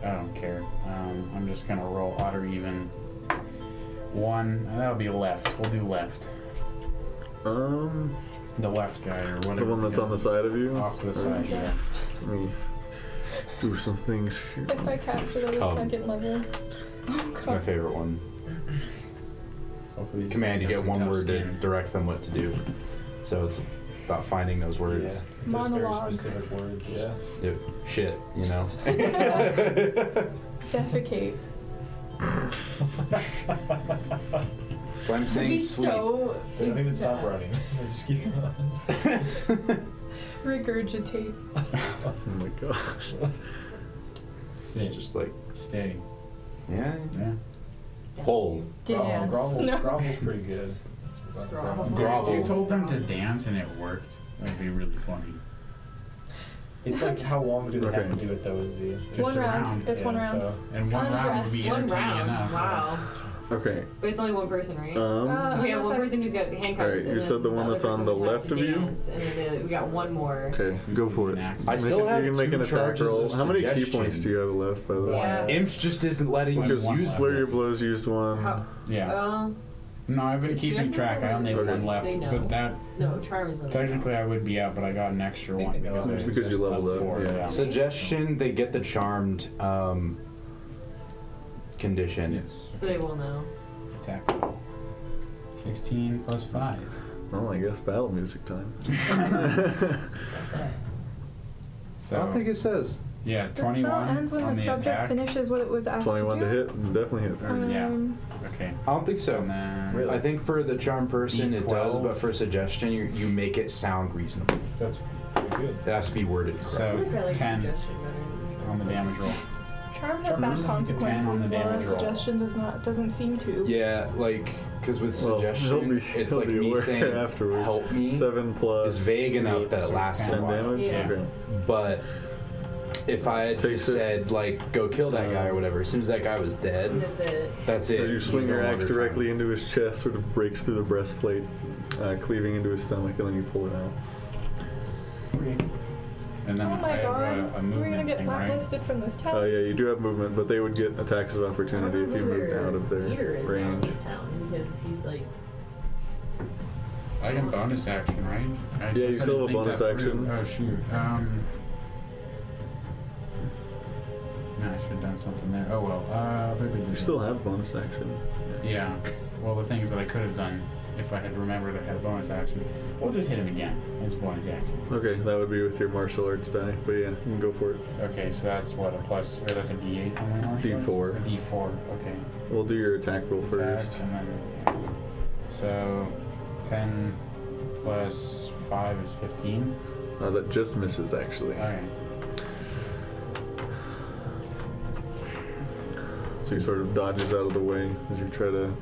E: I don't care. Um, I'm just gonna roll odd or even. One, and that'll be left. We'll do left.
A: Um,
E: The left guy or whatever.
A: the one that's
E: he
A: on the
E: is.
A: side of you.
E: Off to the side. Yeah.
F: Yes.
A: Let me do some things here.
F: If I cast it at the
B: Um,
F: second level. Oh,
B: It's my
F: God.
B: favorite one.
E: Hopefully these
B: Command, you
E: guys
B: get
E: have
B: one
E: some tough
B: word to
E: skin.
B: direct them what to do. So it's about finding those words.
G: There's
F: Monologue.
G: very specific words, yeah.
B: Yep. Shit, you know?
F: Defecate.
B: So I'm
F: It'd
B: saying
F: be
B: sleep.
F: so.
G: They don't even stop running. They just keep on.
F: Regurgitate.
A: Oh my gosh.
B: It's
E: Sit.
B: just like,
E: Stay.
B: yeah.
E: Yeah.
B: Hold.
G: Grovel,
F: Dance.
G: grovel,
F: No.
G: grovel's pretty good. Grovel.
E: If you
B: Grovel.
E: told them to dance and it worked, that'd be really funny.
G: It's like how long do they have
A: Okay.
G: to do it though? Is the
E: Just
F: One
E: a
F: round.
E: round,
F: It's one
G: yeah,
F: round.
G: So,
E: And one round would be
D: One
E: entertaining
D: round.
E: enough.
D: Wow.
A: Okay.
D: But it's only one person, right?
A: Um.
F: Uh,
D: so we have one
F: Unless I-
D: person who's got the handcuffs.
A: Alright, you
D: and
A: said the
D: then
A: one
D: other
A: that's on
D: person
A: the
D: would have
A: left
D: to
A: of you?
D: dance, And then the- we got one more.
A: Okay. Go for it.
B: I
A: Make
B: still
A: an-
B: have
A: you can
B: two
A: make an attack
B: charges
A: roll.
B: of
A: How many key
B: suggestion.
A: points do you have left, by the way?
D: Yeah.
B: Imps just isn't letting you
A: Because
E: One
B: use
E: left.
A: Flurry
B: them.
A: of Blows used one.
D: How-
E: Yeah.
D: Well,
E: No, I've been
H: Is she
E: keeping
H: actually
E: track. I only have
A: Okay.
E: one left.
H: They know.
E: But that
H: No, Charlie's one.
E: technically I would be out, but I got an extra
G: think
E: one
G: they know
E: because,
G: that.
E: there's
A: Because you
E: just
A: leveled
E: us
A: up,
E: Four,
A: yeah.
B: Suggestion: They get the charmed um, condition.
E: Yes.
H: So they will know.
E: Attack. Sixteen plus five.
A: Well, I guess battle music time.
E: So
B: it says.
E: yeah,
F: The spell
E: twenty-one
F: ends when
E: on
F: the
E: the
F: subject
E: attack.
F: finishes what it was asked
A: Twenty-one
F: to
A: to
F: do.
A: hit, definitely hits.
E: Or- Yeah.
F: Um,
E: Okay.
B: I don't think
A: Oh,
B: so.
E: And then
G: Really?
B: I think for the charmed person it does,
E: D12.
B: but for suggestion you, you make it sound reasonable.
G: That's pretty good.
B: It has to be worded
H: I
E: So-
B: correctly.
H: would probably like
E: Ten.
H: suggestion better.
E: on the damage roll.
F: Charm has bad
G: Charm doesn't
E: depend on the
F: consequences, while
E: damage roll.
F: suggestion does not doesn't seem to.
B: yeah, like because with
A: Well,
B: suggestion
A: he'll be-
B: it's
A: he'll
B: like
A: be
B: me
A: aware
B: saying
A: afterwards.
B: help me
A: Seven plus
B: is vague enough that it
E: So
B: lasts a
A: ten
B: while.
A: damage.
H: Yeah.
A: Okay.
B: But if I had
A: Takes
B: just
A: it-
B: said like go kill that guy or whatever, as soon as that guy was
H: And
B: dead,
H: That's it.
B: that's it.
A: As you
B: He's
A: swing
B: no
A: your axe
B: longer charmed.
A: directly into his chest, sort of breaks through the breastplate, uh, cleaving into his stomach, and then you pull it out.
E: And then
F: Oh
E: I
F: my
E: have a,
F: god,
E: a
F: we're gonna
E: movement
F: get
E: thing, right?
F: blacklisted from this town.
A: Oh yeah, you do have movement, but they would get attacks of opportunity if you moved out of their
H: Peter is now in
A: range.
H: this town because he's like
E: I can bonus action, right? I
A: Yeah, you
E: guess I
A: still
E: didn't
A: have a bonus
E: think that through.
A: action.
E: Oh shoot. Um. No, I should have done something there. Oh well. Uh, blah, blah, blah,
A: You still have bonus action.
E: Yeah. Well, the things that I could have done if I had remembered I had a bonus action. We'll just hit him again. It's bonus action.
A: Okay, that would be with your martial arts die, but yeah, you can go for it.
E: Okay, so that's what a plus. Or that's a D8 on my martial arts?
A: D4.
E: A D4. Okay.
A: We'll do your attack roll first.
E: Attack, and then- so, ten plus five is fifteen.
A: Uh, that just misses actually.
E: All right.
A: So he sort of dodges out of the way as you try to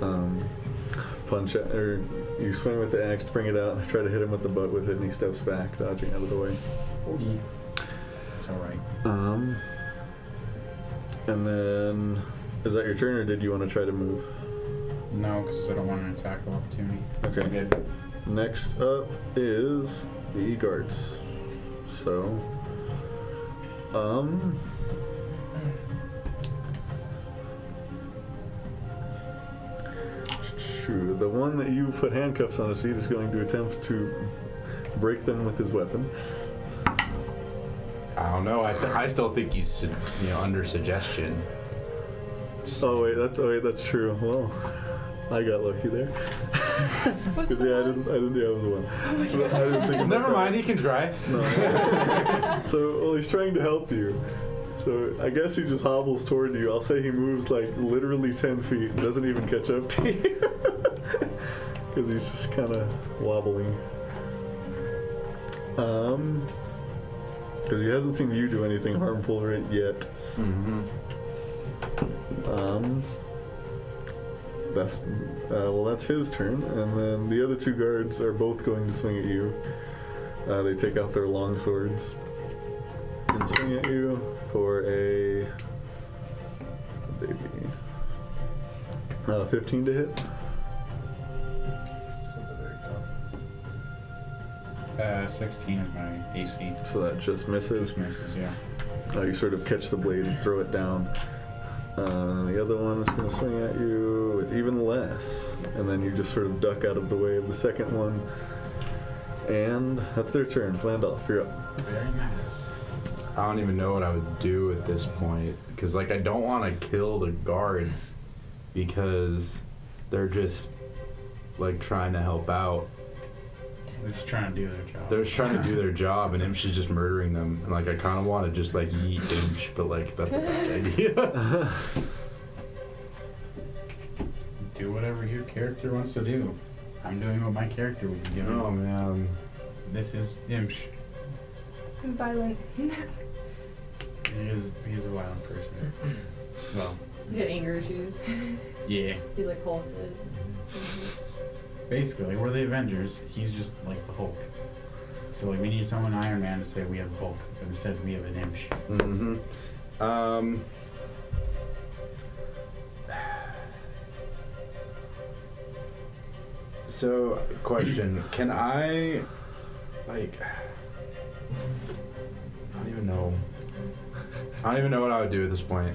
A: um, punch at, or you swing with the axe to bring it out, try to hit him with the butt with it, and he steps back, dodging out of the way.
E: It's all right.
A: Um, and then is that your turn, or did you want to try to move?
E: No, because I don't want an attack of opportunity.
A: Okay.
E: Good.
A: Next up is the guards. So, um, shoot, the one that you put handcuffs on his feet is going to attempt to break them with his weapon.
B: I don't know. I, th- I still think he's su- you know under suggestion. Just
A: Oh wait,
B: saying.
A: that's oh wait, that's true. Well, I got lucky there.
F: Was
A: Because
F: the
A: yeah, I
F: one-
A: didn't, I didn't, yeah, I was the one. I didn't think about
B: Never
A: that.
B: mind. He can try.
A: No. so, well, he's trying to help you. So I guess he just hobbles toward you. I'll say he moves like literally 10 feet and doesn't even catch up to you. Because he's just kind of wobbling. Um, because he hasn't seen you do anything harmful right yet.
B: Mm-hmm.
A: Um, that's uh, well, that's his turn, and then the other two guards are both going to swing at you. Uh, they take out their long swords and swing at you for a baby. Uh, 15 to hit.
E: Uh, sixteen is my AC.
A: So that just misses.
E: This misses. Yeah.
A: Uh, you sort of catch the blade and throw it down. Uh, and the other one is going to swing at you with even less. And then you just sort of duck out of the way of the second one. And that's their turn. Flandolf, you're up.
E: Very nice.
B: I don't even know what I would do at this point because, like, I don't want to kill the guards because they're just like trying to help out.
E: They're just trying to do their job.
B: They're just trying to do their job, and Imsh is just murdering them. And like, I kind of want to just like yeet Imsh, but like that's a bad idea.
E: do whatever your character wants to do. I'm doing what my character would be doing.
B: oh man,
E: This is Imsh.
F: I'm violent.
E: He is he's a violent person. well,
H: he's got anger issues.
E: yeah.
H: He's like halted.
E: Basically, we're the Avengers. He's just like the Hulk. So like we need someone Iron Man to say we have Hulk, but instead we have an Imsh.
B: hmm Um. So, question: Can I, like, I don't even know. I don't even know what I would do at this point.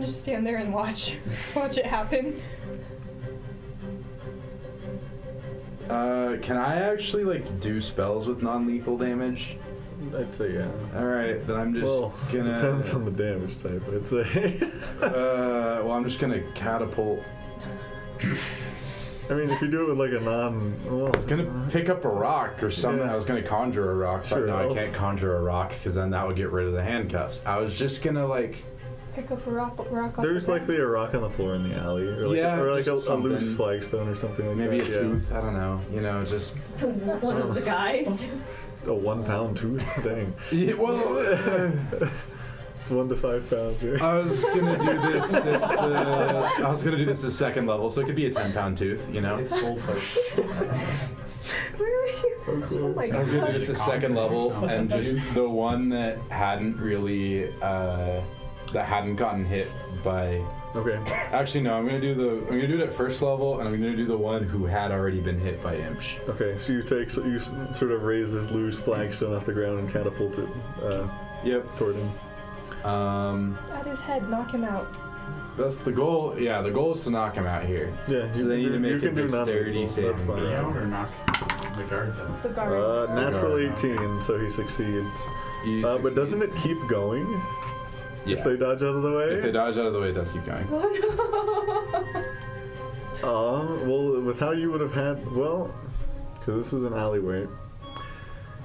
F: Just stand there and watch, watch it happen.
B: Uh, can I actually like do spells with non-lethal damage?
A: I'd say yeah.
B: All right, then I'm just
A: well,
B: gonna.
A: depends on the damage type. I'd say.
B: uh, well, I'm just gonna catapult.
A: I mean, if you do it with like a non, well,
B: I was gonna pick up a rock or something.
A: Yeah.
B: I was gonna conjure a rock,
A: Sure,
B: but no, I
A: else-
B: can't conjure a rock because then that would get rid of the handcuffs. I was just gonna like.
F: Pick up a rock, rock off
A: There's
F: the ground.
A: likely a rock on the floor in the alley, or like,
B: Yeah,
A: or like a,
B: just
A: a loose
B: something.
A: flagstone or something like
B: Maybe
A: that.
B: a
A: yeah.
B: tooth. I don't know. You know, just
H: To one of the
A: Oh.
H: guys.
A: A one pound tooth? Dang.
B: yeah, well.
A: It's one to five pounds here.
B: I was gonna do this. At, uh, I was gonna do this at second level, so it could be a ten pound tooth. You know.
G: It's gold plated.
F: Where are you? Oh my
B: I was gonna do
F: god.
B: this at second level, and just the one that hadn't really, uh, that hadn't gotten hit by.
A: Okay.
B: Actually, no. I'm gonna do the. I'm gonna do it at first level, and I'm gonna do the one who had already been hit by Imsh.
A: Okay. So you take, so you s- sort of raise this loose flagstone off the ground and catapult it uh,
B: Yep.
A: toward him.
B: Um,
F: At his head, knock him out.
B: that's the goal. Yeah, the goal is to knock him out here.
A: Yeah.
B: So
A: you
B: they
A: can
B: need to
A: do- you
B: make a
A: can do
B: dexterity
A: non-lethal,
B: saving
A: That's fine.
E: Yeah, or knock the guards out.
F: The guards.
A: Uh, natural
E: Cigar.
A: 18, so he succeeds.
B: You
A: Uh, but doesn't it
B: succeeds.
A: keep going
B: Yeah.
A: if they dodge out of the way?
B: If they dodge out of the way, it does keep going.
A: Uh, well, with how you would have had, well, because this is an alleyway.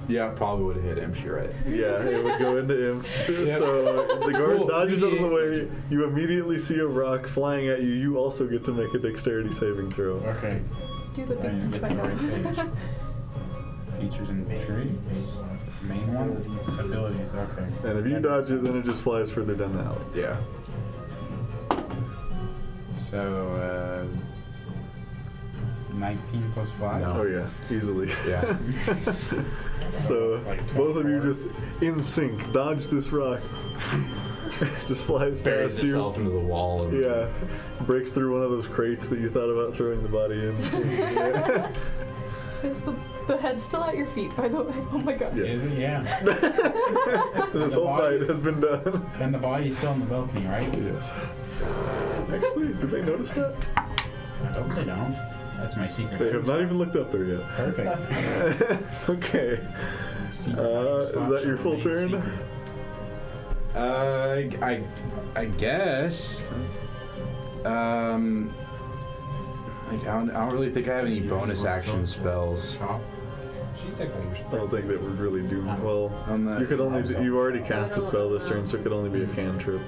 B: Yeah, probably would have hit Imsh. You're right.
A: Yeah, it would go into him. So uh, the guard
B: Cool,
A: dodges out of the way.
B: 3D8.
A: You immediately see a rock flying at you. You also get to make a dexterity saving throw.
E: Okay.
F: Do the
E: I
F: big
E: didn't
F: beach
E: get to the
F: right
E: right
F: now.
E: page. Features and trees. Main one? Abilities, okay.
A: And if you dodge it, then it just flies further down the alley.
B: Yeah.
E: So, uh, 19 plus 5?
B: No.
A: Oh yeah, easily.
B: Yeah.
A: so
E: Like
A: both of you
E: 24.
A: just in sync dodge this rock. just flies
B: Buries
A: past you.
B: itself into the wall. and-
A: Yeah, breaks through one of those crates that you thought about throwing the body in. Yeah.
F: Is the, the head still at your feet, by the way? Oh my god.
A: Yeah.
E: Is it? Yeah.
A: this
E: The
A: whole fight
E: bodies.
A: has been done.
E: And the body's still on the balcony, right?
A: yes. Actually, did they notice that?
E: I hope they don't. That's my secret.
A: They have not even looked up there yet.
E: Perfect.
A: okay.
E: Secret
A: Uh,
E: hiding
A: is
E: spot
A: that your
E: shall
A: full
E: remain
A: turn?
E: secret.
B: Uh, I, I guess. Um, like I don't, I don't really think I have any bonus action spells
E: Chop.
G: She's technically your
A: I don't think that would really do well.
B: on that.
A: You could only do, you already cast a spell this turn, so it could only be a cantrip,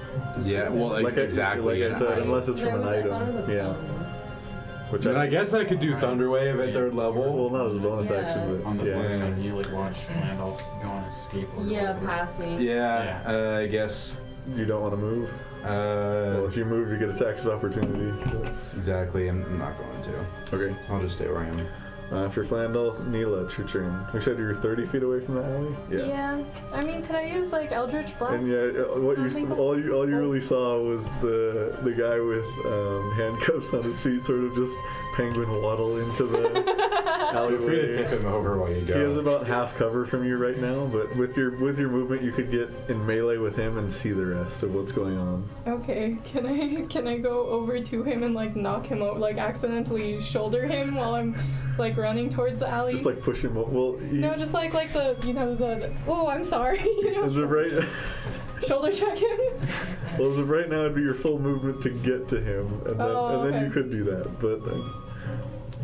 B: yeah, well, ex-
A: Like I-
B: exactly.
A: like I said, unless it's from an
H: That was- I thought it was
A: item,
H: a
A: yeah.
H: phone.
A: which
B: Then I
A: I
B: guess I could do Thunder Wave at third
A: well
B: level.
A: not as a bonus
H: Yeah.
A: action, but
E: On the
A: yeah.
E: flip
B: Yeah.
E: side, you like watch Randolph go on his skateboard.
H: Yeah, pass me.
B: Yeah, uh, I guess.
A: You don't want to move. Well,
B: Uh,
A: if you move, you get attacks of opportunity. but-
B: exactly. I'm, I'm not going to.
A: Okay.
B: I'll just stay where I am.
A: Uh, for Flandel, Neela, it's your turn. We said you were 30 feet away from the alley.
F: I mean, could I use like Eldritch Blast?
A: And yeah, uh,
F: It's
A: what you
F: not legal.
A: all you all you really saw was the the guy with um, handcuffs on his feet, sort of just penguin waddle into the
B: Feel free to tip
A: alleyway.
B: him over while you
A: He is
B: go.
A: about half cover from you right now, but with your with your movement, you could get in melee with him and see the rest of what's going on.
F: Okay, can I can I go over to him and like knock him out, like accidentally shoulder him while I'm like running towards the alley?
A: Just like push him. o- Well, he,
F: no, just like like the you know the, the oh I'm sorry you know
A: as of right,
F: shoulder check him.
A: well, as of right now, it'd be your full movement to get to him, and then,
F: Oh,
A: and then
F: okay.
A: you could do that. But uh,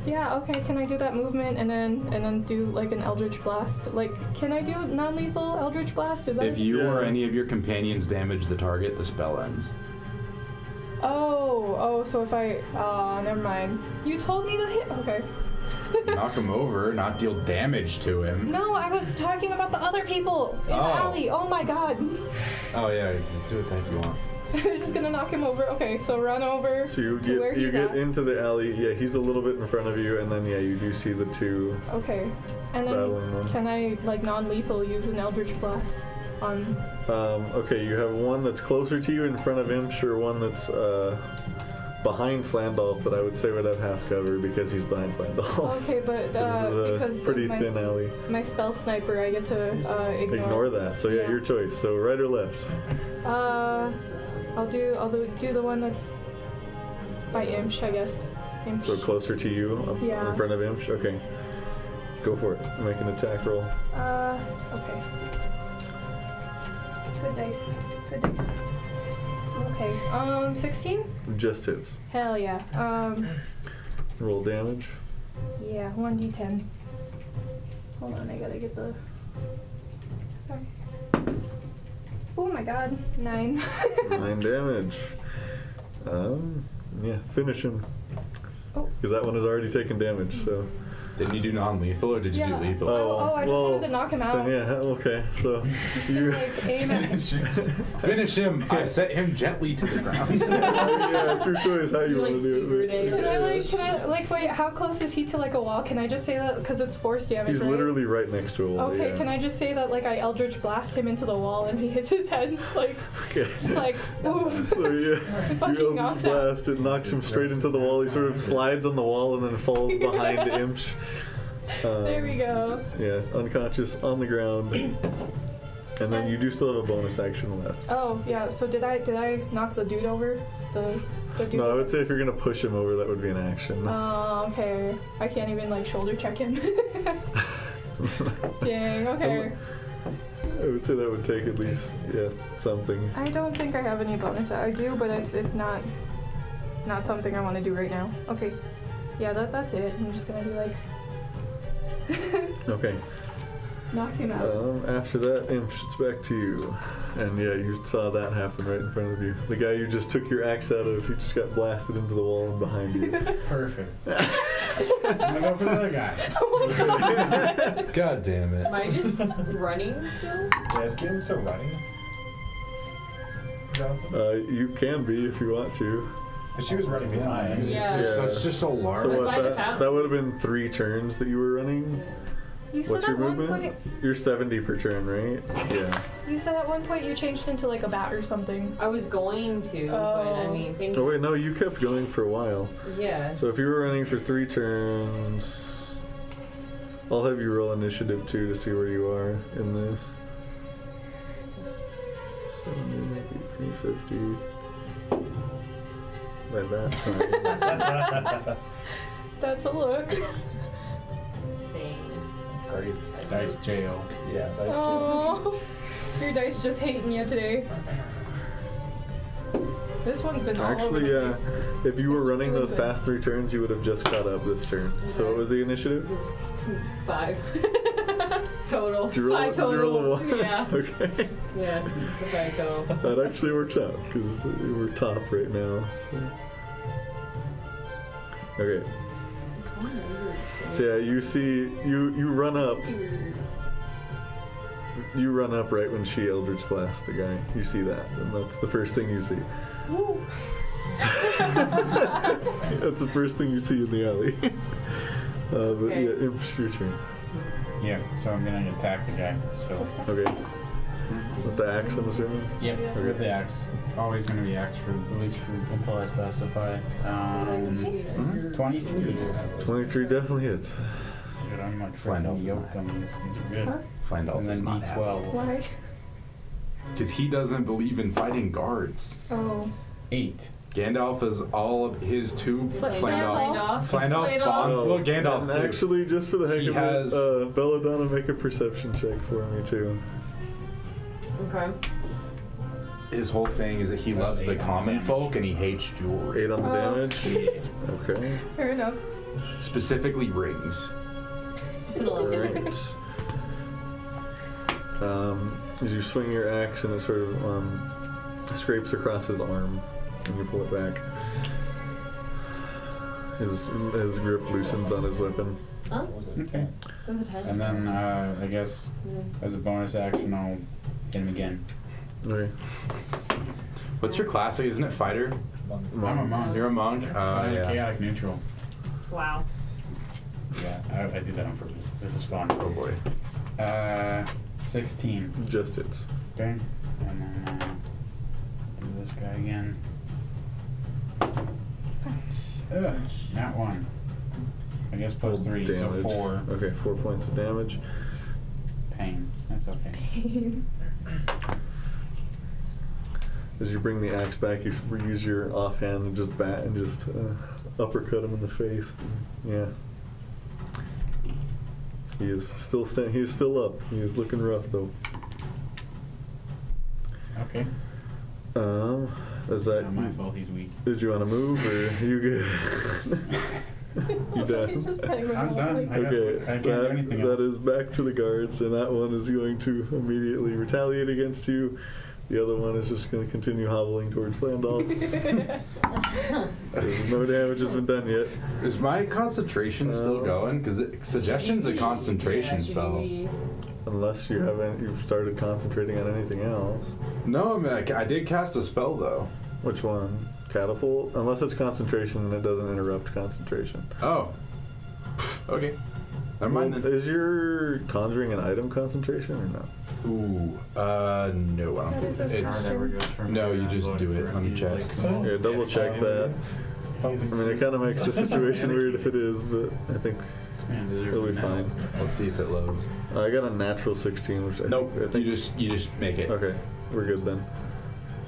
F: yeah, okay. Can I do that movement and then and then do like an Eldritch Blast? Like, can I do non-lethal Eldritch Blast? Is that
B: If you or
A: Yeah.
B: any of your companions damage the target, the spell ends.
F: Oh, oh, so if I, uh, never mind. You told me to hit. Okay.
B: Knock him over, not deal damage to him.
F: No, I was talking about the other people in
B: Oh.
F: the alley. Oh my god.
B: Oh yeah, just do what the heck you want.
F: I was just gonna knock him over. Okay, so run over.
A: so you
F: To where
A: get you
F: he's
A: get
F: at.
A: into the alley. Yeah, he's a little bit in front of you, and then yeah, you do see the two
F: Okay. And
A: Battling one.
F: then can I, like, non lethal use an Eldritch Blast on.
A: Um, okay, you have one that's closer to you in front of Imsh, or one that's uh, behind Flandolf that I would say would have half cover because he's behind Flandolf.
F: Okay, but, uh,
A: Oh. this is
F: because
A: a pretty
F: of my,
A: thin alley.
F: my spell sniper, I get to, uh, ignore.
A: Ignore that. So yeah,
F: Yeah.
A: your choice. So right or left?
F: Uh, I'll do I'll do do the one that's by Imsh, I guess. Imsh.
A: So closer to you, up
F: Yeah.
A: in front of Imsh. Okay, go for it. Make an attack roll.
F: Uh, okay. Good dice. Good dice. Okay. Um, 16?
A: Just hits.
F: Hell yeah. Um,
A: Roll damage.
F: yeah, 1d10. Hold on, I gotta get the. Oh my god, nine.
A: Nine damage. Um, yeah, finish him.
F: Oh.
A: Because that one has already taken damage, so.
B: Didn't you do non-lethal or did you
F: Yeah.
B: do lethal?
A: Oh,
F: oh, I just
A: well,
F: wanted to knock him out.
A: Then, yeah, okay, so you.
F: Like, aim at.
B: Finish him. I set him gently to the ground.
A: yeah, it's your choice how you
H: You're
A: want to
H: like
A: do
H: Sleeper
A: it.
H: Dave.
F: Can I like? Can I like? Wait, how close is he to like a wall? Can I just say that because it's force damage?
A: He's
F: right?
A: literally right next to a wall.
F: Okay,
A: yeah.
F: can I just say that like I Eldritch blast him into the wall and he hits his head like
A: Okay.
F: just like oof.
A: So yeah,
F: fucking
A: you
F: knocks out.
A: blast. It knocks him straight into the wall. He sort of slides on the wall and then falls behind Imsh. Um,
F: There we go.
A: Yeah, unconscious on the ground. And then you do still have a bonus action left.
F: Oh yeah. So did I did I knock the dude over? The the dude.
A: No, I
F: over?
A: would say if you're gonna push him over, that would be an action.
F: Oh okay. I can't even like shoulder check him.
A: I
F: Dang. Okay.
A: would say that would take at least yeah something.
F: I don't think I have any bonus. I do, but it's it's not not something I want to do right now. Okay. Yeah. That that's it. I'm just gonna be like
A: Okay.
F: knock him out.
A: Um, after that, Imsh, it's back to you. And yeah, you saw that happen right in front of you. The guy you just took your axe out of, he just got blasted into the wall and behind you.
E: Perfect. I'm gonna go for the other guy.
B: God damn it.
H: Am I just running still?
G: Yeah, is Keelan still running? Jonathan?
A: Uh, you can be if you want to.
G: 'Cause she was running behind.
H: Yeah.
A: Yeah.
B: So it's just a large.
A: So
H: That's
A: what,
H: why I
A: that,
H: found-
A: that would have been three turns that you were running.
F: You said
A: What's your
F: at one
A: movement?
F: point
A: You're 70 per turn, right? Yeah.
F: you said at one point you changed into like a bat or something.
H: I was going to, but I
F: Oh.
H: mean, things.
A: Oh wait, no, you kept going for a while.
H: Yeah.
A: So if you were running for three turns, I'll have you roll initiative too to see where you are in this. 70, 350. By that time.
F: That's a look.
H: Dang.
G: That's great.
E: Dice jail.
G: Yeah, that's
F: Oh, your dice just hating you today. This one's been all over
A: Actually, uh,
F: the
A: yeah.
F: place.
A: If you were running those
F: Stupid.
A: past three turns, you would have just caught up this turn. So what was the initiative?
H: It's five. total.
A: Did you roll,
H: five
A: did you roll a
H: total.
A: one?
H: Yeah.
A: okay.
H: Yeah. it's a Five total.
A: That actually works out because we're top right now. So. Okay. So yeah, you see, you you run up, Mm-hmm. you run up right when she Eldritch blasts the guy. You see that, and that's the first thing you see. that's the first thing you see in the alley. uh, but
H: Okay.
A: yeah, Imps, your turn.
E: Yeah, so I'm gonna attack the guy. So
A: Okay. With the axe, I'm assuming.
E: Yep,
F: Yeah.
E: with the axe. Always gonna be axe for at least for until I specify. Um,
A: Mm-hmm.
E: twenty-three.
A: Twenty-three definitely hits.
E: Dude, I'm like
B: Find out
E: freaking yoked
B: tonight.
E: on these. These are good.
B: Find out.
E: And then D twelve.
F: Why?
B: Because he doesn't believe in fighting guards.
F: Oh,
E: Eight.
B: Gandalf is all of his two
H: Fla-
B: Flandolf.
H: Flandolf.
B: Flandolf's
H: Flandolf.
B: bonds. Well, Gandalf's
A: Oh, and
B: too.
A: Actually, just for the heck
B: He
A: of
B: has-
A: it, uh, Belladonna, make a perception check for me too.
H: Okay.
B: His whole thing is that he
E: That's
B: loves the
E: eight on
B: common
E: damage.
B: folk and he hates jewelry.
A: Eight on the
F: Oh.
A: damage. okay.
F: fair enough.
B: Specifically rings.
H: It's an
A: All
H: 11.
A: right. Um, as you swing your axe and it sort of um, scrapes across his arm, and you pull it back. His his grip loosens on his weapon.
H: Huh?
E: Okay.
H: That was a 10.
E: And then uh, I guess as a bonus action, I'll hit him again.
A: Okay.
B: What's your classic? Isn't it fighter?
E: I'm a monk.
B: You're a monk. Uh,
E: I'm a
B: yeah.
E: chaotic neutral.
H: Wow.
E: Yeah, I, I did that on purpose. This is fun.
B: Oh boy.
E: Uh, sixteen.
A: Just hits.
E: Okay. And then uh, do this guy again. Ugh, not one. I guess plus three,
A: Oh, damage.
E: so four.
A: Okay, four points of damage.
E: Pain. That's okay.
A: As you bring the axe back, you should use your offhand and just bat and just uh, uppercut him in the face. Yeah. He is still stand. He is still up. He is looking rough though.
E: Okay.
A: Um, is that?
E: Not my fault. He's weak.
A: Did you want to move or you good? you
F: He's just
A: done.
F: petting my
E: I'm
F: dog,
E: done.
F: like-
E: I got-
A: Okay,
E: I can't do
A: that,
E: anything
A: that
E: else.
A: is back to the guards, and that one is going to immediately retaliate against you. The other one is just going to continue hobbling towards Landolph. There's no damage has been done yet.
B: Is my concentration still
A: Uh,
B: going? Because suggestion's a concentration spell.
A: Unless you haven't, you've started concentrating on anything else.
B: No, I, mean, I ca- I did cast a spell though.
A: Which one? Catapult? Unless it's concentration, then it doesn't interrupt concentration.
B: Oh. Okay. Never mind
A: Well,
B: then.
A: is your conjuring an item concentration or not?
B: Ooh. Uh, no. I
F: That
B: don't
F: is
B: think
F: a
B: it's.
F: card.
B: No, you just do it. Let me check.
A: Yeah, double check that. I mean, it kind of makes the situation weird if it is, but I think it'll be fine.
B: Let's see if it loads.
A: I got a natural 16, which I
B: Nope.
A: think. I
B: You
A: think
B: just you just make it.
A: okay, we're good then.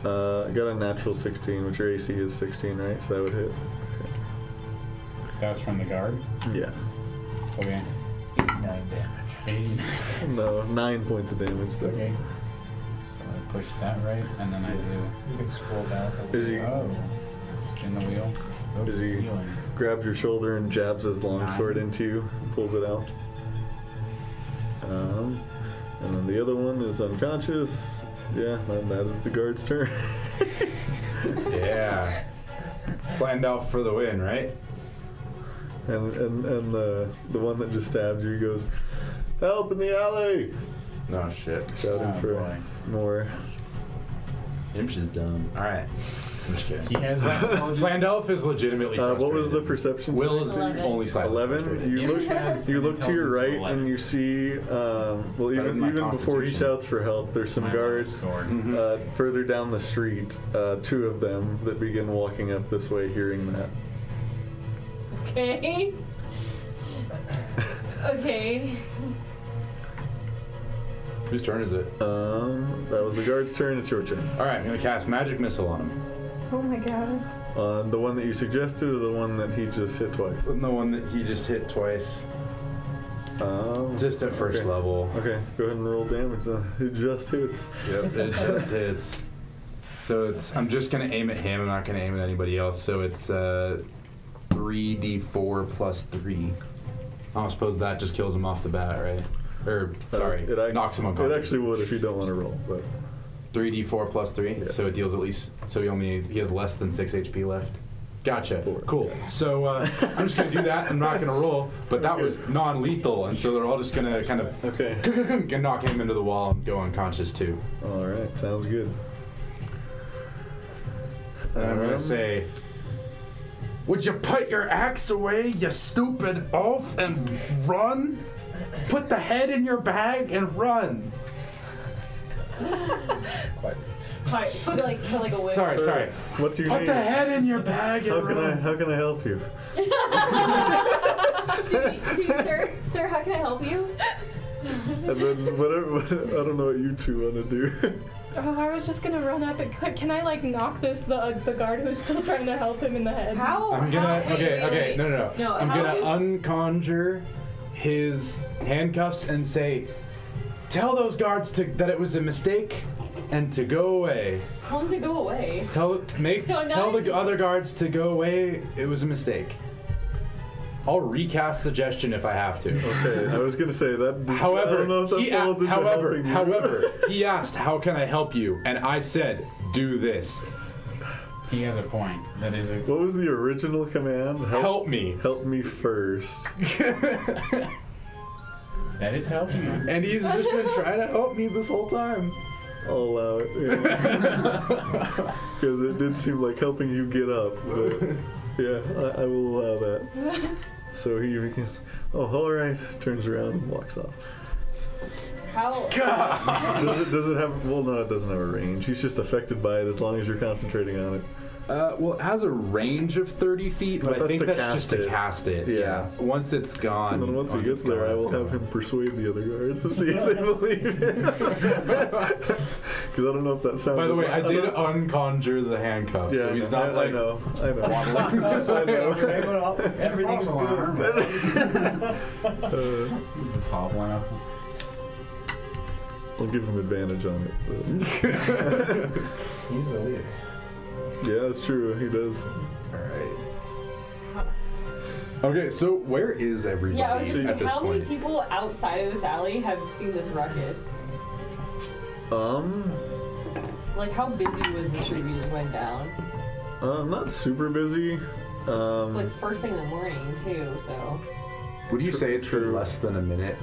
A: Uh, I got a natural 16, which your AC is 16, right? So that would hit.
E: That's from the guard. Oh,
A: Yeah.
E: Okay.
G: Nine damage.
E: Eighty.
A: No, nine points of damage though.
G: Okay.
E: So I push that right, and then I do.
G: You can scroll down. the
A: Is he-
G: list.
E: Oh. In the wheel. Oh,
A: Is he-
E: it's healing.
A: Grabs your shoulder and jabs his long
E: Nine.
A: sword into you, pulls it out. Um, and then the other one is unconscious. Yeah, and that is the guard's turn.
B: Yeah. Planned out for the win, right?
A: And and and the the one that just stabbed you goes, "Help in the alley!"
B: No shit.
A: Shouting
E: Oh,
A: for
E: boy.
A: more.
B: Imsh is dumb. All right. I'm just kidding.
E: He has that intelligence.
B: Flandelf is legitimately.
A: Uh, what was the
B: frustrated.
A: perception?
B: Will is
H: Eleven.
B: only slightly.
A: Eleven.
B: frustrated.
A: You look.
E: has
A: You look to your
E: intelligence of
A: right,
E: 11.
A: and you see. Um, well,
B: It's better than
A: even
B: my
A: even before he
B: constitution.
A: shouts for help, there's some
E: My
A: guards
E: sword.
A: uh, further down the street. Uh, two of them that begin walking up this way, hearing that.
D: Okay. okay.
B: Whose turn is it?
A: Um, that was the guard's turn. It's your turn.
B: All right. I'm gonna cast magic missile on him.
F: Oh my god.
A: Uh, the one that you suggested, or the one that he just hit twice.
B: The one that he just hit twice.
A: Um,
B: Just at first
A: okay.
B: level.
A: Okay, go ahead and roll damage then. It just hits.
B: Yep, it just hits. So it's I'm just gonna aim at him. I'm not gonna aim at anybody else. So it's uh, three d four plus three. I don't suppose that just kills him off the bat, right? Or sorry,
A: Uh, ac-
B: knocks him
A: It
B: unconscious.
A: actually would if you don't want to roll, but
B: three d four plus three.
A: Yes.
B: So it deals at least. So he only he has less than six HP left. Gotcha. Cool. So uh, I'm just gonna do that. I'm not gonna roll, but that was non-lethal, and so they're all just gonna kind of
A: okay.
B: knock him into the wall and go unconscious too.
A: All right, sounds good.
B: And I'm gonna
A: Um,
B: say, Would you put your axe away, you stupid elf, and run? Put the head in your bag and run.
H: Alright, put like, put like a whip.
B: Sorry, sorry.
A: What's your
B: Put
A: name?
B: the head in your bag
A: How
B: and
A: can I
B: run.
A: how can I help you?
D: See, sir, sir, how can I help you?
A: And then whatever, I don't know what you two want to do.
F: Oh, I was just gonna run up and click. Can I like knock this the uh, the guard who's still trying to help him in the head?
H: How?
B: I'm gonna.
H: how- wait,
B: okay,
H: wait,
B: okay.
H: wait.
B: No, no, no.
H: No,
B: I'm
H: how
B: gonna
H: is-
B: unconjure his handcuffs and say, Tell those guards to, that it was a mistake and to go away.
H: Tell him to go away.
B: Tell make
D: So now
B: tell
D: you're
B: the
D: just-
B: other guards to go away. It was a mistake. I'll recast suggestion if I have to.
A: Okay, I was gonna say that. I don't know
B: However,
A: if that
B: he a-
A: falls into
B: however,
A: helping you.
B: however, he asked, "How can I help you?" And I said, "Do this.
E: He has a point. That is a.
A: what was the original command?
B: Help me."
A: Help me first.
E: That is helping. him.
B: And he's just been trying to help me this whole time.
A: I'll allow it. Because it did seem like helping you get up, but yeah, I, I will allow that. So he begins. Oh, all right. Turns around and walks off.
H: How?
A: Does it? Does it have? Well, no, it doesn't have a range. He's just affected by it as long as you're concentrating on it.
B: Uh, well, it has a range of 30 feet, but
A: That's
B: I think
A: to
B: that's
A: cast
B: just to
A: it.
B: cast it.
A: Yeah.
B: Once it's gone.
A: And then once he gets
B: it's
A: there,
B: gone,
A: I
B: it's
A: will have
B: gone.
A: him persuade the other guards to see if they believe him. Because I don't know if that sounds.
B: By the way, I did
A: don't-
B: unconjure the handcuffs,
A: Yeah,
B: so he's
A: I know,
B: not
A: I,
B: like.
A: I know. I know. I
G: You're
A: know.
G: able to op- Everything's
E: Follow arm.
G: good.
A: Uh,
E: Just hobbling up.
A: I'll give him advantage on it. but-
G: He's the leader.
A: yeah, that's true. He does.
B: Okay, so where is everybody
H: Yeah, I was just
B: at
H: like,
B: this
H: how
B: point?
H: many people outside of this alley have seen this ruckus?
A: Um,
H: Like, how busy was the street we just went down?
A: uh, not super busy.
H: It's
A: Um,
H: like first thing in the morning too, so
B: Would you
A: True-
B: say it's been
A: true.
B: less than a minute?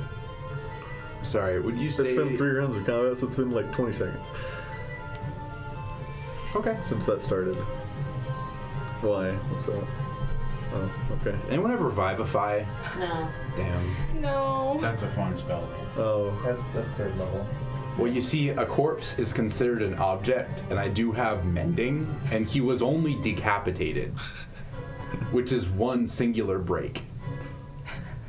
B: Sorry, would you say
A: it's been three rounds of combat, so it's been like 20 seconds
B: Okay.
A: since that started. Why? What's that? Oh, okay.
B: Anyone ever vivify?
H: no.
B: Damn.
F: No.
E: That's a fun spell.
A: Oh,
G: That's that's third level.
B: Well, you see, a corpse is considered an object, and I do have mending, and he was only decapitated, which is one singular break.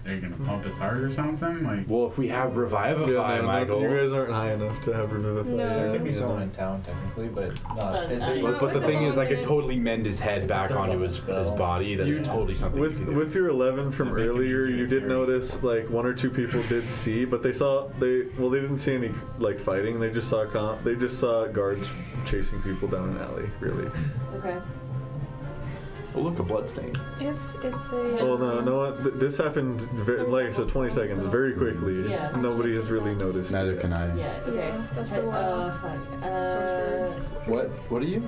E: They're gonna pump his heart or something. Like
B: Well, if we have revivify,
A: no, no,
B: Michael,
A: You guys aren't high enough to have remove
F: No.
G: There could be
A: yeah.
G: someone in town technically, but
H: Uh,
G: not. It's
H: uh,
G: a-
B: but,
F: Well,
B: but the
F: with
B: thing
F: the
B: is, I could
F: moment-
B: totally mend his head
G: It's a
B: back
G: double
B: onto his,
G: spell.
B: his body. That is totally something. you
A: With
B: could do.
A: with your eleven from
E: That'd make it
A: earlier,
E: easier
A: you
E: to
A: did
E: carry.
A: notice like one or two people did see, but they saw they well they didn't see any like fighting. They just saw com- they just saw guards chasing people down an alley. Really?
H: Okay.
B: well, Oh, look, a bloodstain.
F: It's
H: Yes.
F: it's a.
A: Well, no, no. What th- this happened very, like I said, twenty seconds, very quickly.
H: Yeah.
A: Nobody has really noticed.
B: Neither can I.
H: Yeah. Okay.
F: Yeah, that's
H: Uh,
F: for wild.
H: fuck. Uh,
B: What? What are you?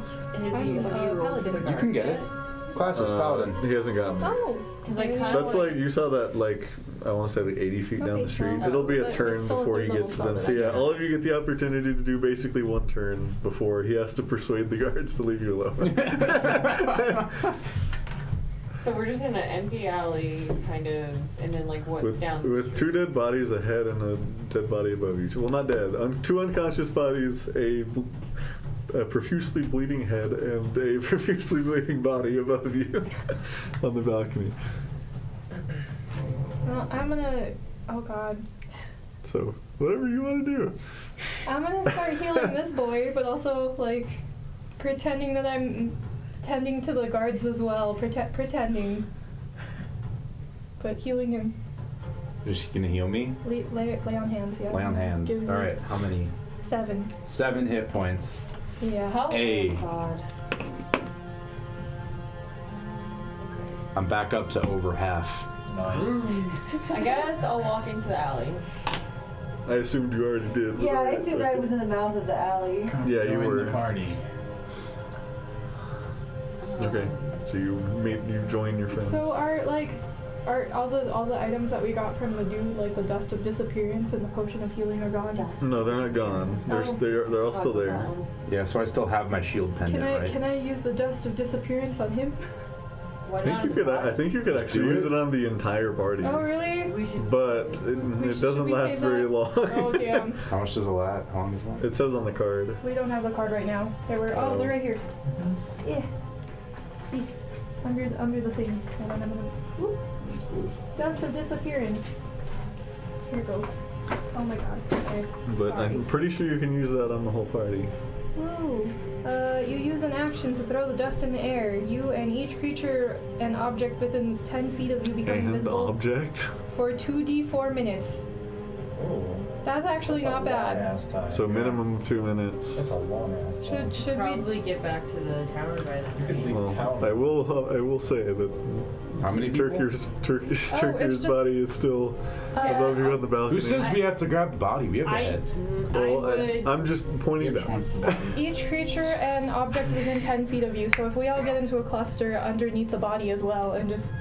H: Is he,
F: I'm,
H: have
F: uh,
H: you rolled for
F: paladin.
H: the
F: You
H: guard
B: can get
H: yet?
B: it. Classes
A: Uh, he hasn't gotten it.
F: Oh,
H: Because I
F: maybe
H: kind of
A: That's like you saw that like I want to say like 80 feet down
F: Okay,
A: the street.
F: well,
A: It'll be
F: but
A: a
F: it's
A: turn
F: still a
A: before he
F: third
A: gets to
F: level
A: them. So
F: spell,
A: yeah,
F: but I
A: all of you get the opportunity to do basically one turn before he has to persuade the guards to leave you alone.
H: So we're just in an empty alley, kind of, and then like what's
A: with,
H: down?
A: with two dead bodies, a head and a dead body above you. Well, not dead. Un- two unconscious bodies, a, bl- a profusely bleeding head, and a profusely bleeding body above you on the balcony.
F: well, I'm gonna. Oh God.
A: So whatever you want to do.
F: I'm gonna start healing this boy, but also like pretending that I'm tending to the guards as well. Prete- pretending, but healing him.
B: Is she gonna heal me?
F: Lay, lay, lay on hands. Yeah.
B: Lay on hands.
F: Give me
B: All right. How many?
F: Seven.
B: Seven hit points.
F: Yeah.
H: How?
B: Hey.
H: Oh, God.
B: I'm back up to over half.
G: Nice.
H: I guess I'll walk into the alley.
A: I assumed you already did. but
I: Yeah, I
A: alright,
I: assumed
A: okay.
I: I was in the mouth of the alley.
A: Yeah, you
E: join
A: were.
E: the party.
A: Okay, so you meet, you join your friends.
F: So uh, are like, are all the all the items that we got from the dude like the dust of disappearance and the potion of healing are gone?
A: no, they're not gone. They're
F: Oh.
A: s- they're they're all still there.
B: Yeah, so I still have my shield
F: Can
A: Hmm.
B: pendant,
F: I
B: right?
F: can I use the dust of disappearance on him?
A: I
H: Why
A: think
H: not?
A: you could I think you could
B: Just
A: actually
B: do
A: use
B: it.
A: it on the entire party,
F: Oh really?
H: We should.
A: but Mm, it,
F: We
A: it
F: should-
A: doesn't
F: should we
A: last
F: save
A: very
F: that?
A: long.
F: Oh damn.
B: How much does it last? How long does it last?
A: It says on the card.
F: We don't have the card right now. They were oh they're right here. Yeah. See, Under the, under the thing. Hold on, I'm gonna- whoop. Dust of disappearance. Here you go. Oh my god. Okay.
A: But
F: Sorry.
A: I'm pretty sure you can use that on the whole party.
F: Woo! Uh, you use an action to throw the dust in the air. You and each creature and object within 10 feet of you become
A: And the
F: invisible
A: object.
F: for 2d4 minutes.
G: Ooh,
F: That's actually
G: that's a
F: Oh. not bad.
G: long-ass time.
A: So minimum of two minutes.
G: That's a long ass time.
F: Should should we?
H: Probably get back to the tower by
G: You
H: then.
G: could leave
A: Well,
G: town.
A: I will. uh, I will say that
B: How many people?
A: Turkey's Turkey's
F: Oh, it's
A: Turkey's
F: just-
A: body is still
F: uh,
H: Yeah,
A: above you
H: I-
A: on the balcony.
B: Who says we have to grab the body? We have the
H: I,
B: head.
H: mm,
A: Well,
H: I
A: I,
H: would.
A: I'm just pointing
E: Which
A: that.
E: one's the bottom?
F: Each creature and object within 10 feet of you. So if we all get into a cluster underneath the body as well, and just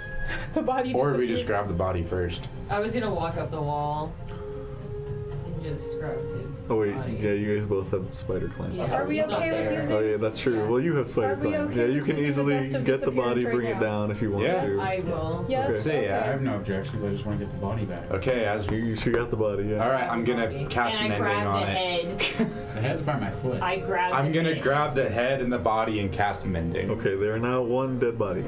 F: the body.
B: Or we just
F: disappears.
B: grab the body first.
H: I was gonna walk up the wall and can just scrub his
A: Oh wait,
H: body.
A: yeah, you guys both have spider climb.
H: Yeah.
F: Are we
H: It's not
F: okay with
H: there.
F: using?
A: Oh yeah, that's true.
H: Yeah.
A: Well, you have
F: Are
A: spider
F: we
A: climb.
F: okay
A: yeah, you
F: with
A: can
F: using the
A: easily
F: dust of
A: get the body,
F: disappearance right
A: bring it
F: now?
A: down if you want
B: Yes.
A: to.
H: I will.
F: Yes.
A: Okay.
B: Say,
F: okay.
E: I have no objections. I just want to get the body back.
B: Okay, as we.
A: You, she got the body. Yeah.
B: All right, I'm gonna cast
D: and I
B: mending
D: grab
B: on
D: the
B: it.
D: head.
E: The head's by my foot.
D: I grab.
B: I'm
D: the
B: gonna
D: head.
B: grab the head and the body and cast mending.
A: Okay, there are now one dead body.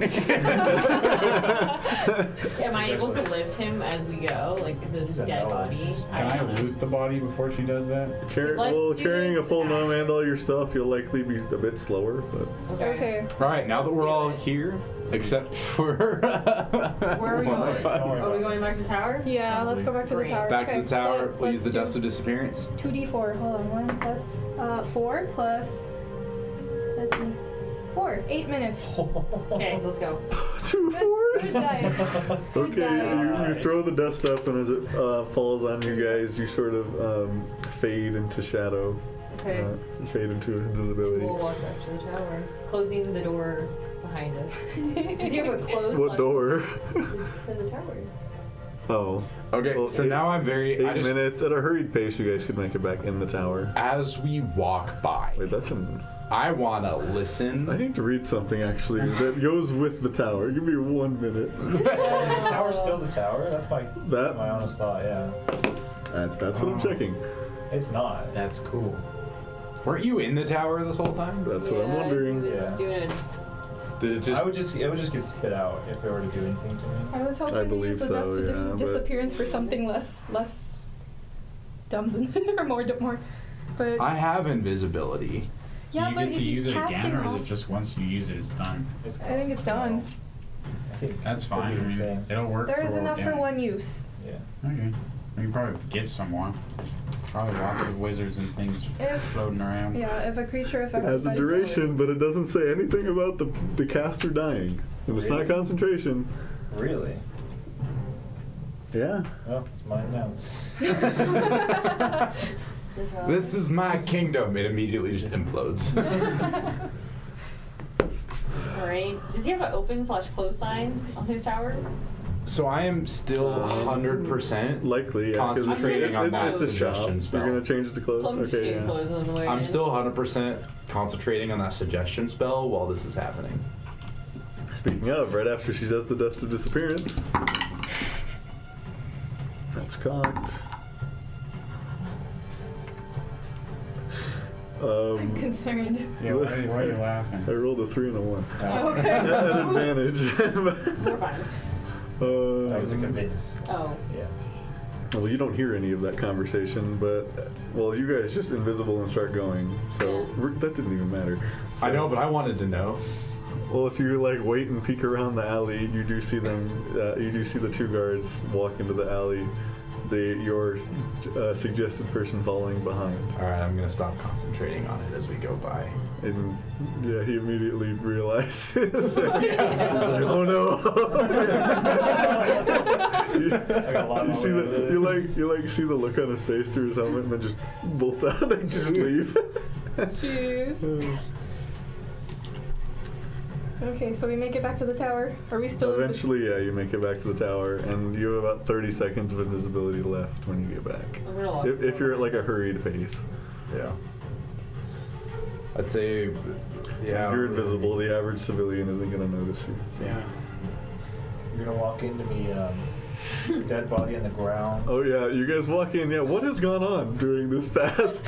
H: Am I able to lift him as we go? Like this
G: Is that
H: dead
G: how-
H: body?
E: Can I
H: don't know.
E: loot the body before she does that?
A: Car-
H: Let's
A: well,
H: do
A: carrying a
H: this.
A: full gnome and all your stuff, you'll likely be a bit slower. But
H: Okay.
F: Okay.
B: All right, now that
H: Let's
B: we're
H: do
B: all
H: it.
B: here, except for
H: Where are we
B: one
H: going?
B: of us.
H: Are we going back to the tower?
F: Yeah, let's go back to the
H: Great.
F: tower.
B: Back to
F: Okay.
B: the tower.
F: Let-
B: We'll use the
F: let's
B: dust
F: do
B: of disappearance.
F: 2d4. Hold on, one. That's uh, 4 plus. That's 4. 8 minutes.
H: Okay, let's go.
A: two
F: Good,
A: fours.
F: good dice. Good
A: Okay,
F: dice.
A: you, you throw the dust up, and as it uh, falls on you guys, you sort of um, fade into shadow,
H: Okay.
A: uh, fade into invisibility.
H: We'll walk back to the tower. Closing the door behind us. Does you have a closed
A: What door?
H: to the tower?
A: Oh,
B: Okay,
A: Well,
B: so
A: eight-
B: now I'm very.
A: eight
B: I just,
A: minutes at a hurried pace. You guys could make it back in the tower.
B: As we walk by,
A: Wait, that's an.
B: I wanna
A: I
B: listen.
A: need to read something actually that goes with the tower. Give me one minute.
G: Is the tower still the tower? That's my
A: That-
G: my honest thought. Yeah,
A: That's that's what I'm
B: Oh.
A: checking.
G: it's not.
E: That's cool.
B: Weren't you in the tower this whole time?
A: That's what I'm
H: Yeah,
A: wondering.
H: it's
G: Yeah.
H: doing it.
B: Did it just
G: I would just it would just get spit out if it were to do anything to me.
F: I was hoping
A: I
F: to
A: believe
F: use the
A: so,
F: dust of
A: yeah,
F: dis-
A: but-
F: disappearance for something less less dumb than, or more more. But
B: I have invisibility.
F: yeah,
E: Do you
F: but
E: get
F: if
E: to
F: you
E: use it
F: cast
E: again, or is
F: off,
E: it just once you use it, it's done?
G: It's
F: I think it's done.
G: I think
E: That's
G: it'd
E: fine.
G: be
E: I
G: the
E: mean,
G: same.
E: it'll work.
F: There is
E: for
F: enough for
E: organic.
F: one use.
G: Yeah.
E: Okay. We can probably get some more. There's probably lots of wizards and things
F: If-
E: floating around.
F: Yeah, if a creature
A: It
F: affected
A: has a
F: by
A: duration, but it doesn't say anything about the the caster dying. And it's not
G: Really?
A: concentration.
G: Really?
A: Yeah.
G: Well, it's mine now.
B: This is my kingdom. It immediately just implodes.
H: Alright. Does he have an open slash close sign on his tower?
B: so I am still
A: Um,
B: 100%.
A: Likely, yeah. 'cause
B: Concentrating
A: it's,
H: on
A: it-
H: that
A: it's a shop.
B: suggestion spell.
A: You're gonna change it to close.
H: I'm just
A: okay.
H: gonna
A: Yeah.
H: close on the way.
B: I'm
H: in.
B: still 100% concentrating on that suggestion spell while this is happening.
A: Speaking of, right after she does the dust of disappearance, that's cocked.
F: I'm
A: Um,
F: concerned.
E: Yeah, why, why are you laughing?
A: I rolled a three and a one.
E: Uh,
A: At
F: Okay.
A: advantage. Uh,
H: We're fine.
G: I was
A: um,
G: convinced.
H: Oh.
G: Yeah.
A: well, you don't hear any of that conversation, but well, you guys just invisible and start going. So
H: Yeah.
A: we're- that didn't even matter.
B: I know, but I wanted to know.
A: Well, if you like wait and peek around the alley, you do see them. Uh, you do see the two guards walk into the alley. The your uh, suggested person following behind,
B: All right, I'm gonna stop concentrating on it as we go by.
A: and yeah, he immediately realizes. oh no! you
G: I got a lot
A: you
G: of
A: see
G: ways
A: the
G: to
A: you
G: do this.
A: like you like see the look on his face through his helmet, and then just bolt out and just leave.
F: Jeez.
G: Mm.
F: Okay, so we make it back to the tower. Are we still? in the-
A: Eventually, yeah, you make it back to the tower, and you have about 30 seconds of invisibility left when you get back.
H: I'm gonna lock
A: If, if you're at like a hurried pace,
B: Yeah. I'd say, yeah.
G: Oh,
A: you're invisible. The average civilian isn't gonna notice you. so.
B: Yeah.
G: You're gonna walk into me, um, dead body on the ground.
A: Oh yeah, you guys walk in. Yeah, what has gone on during this past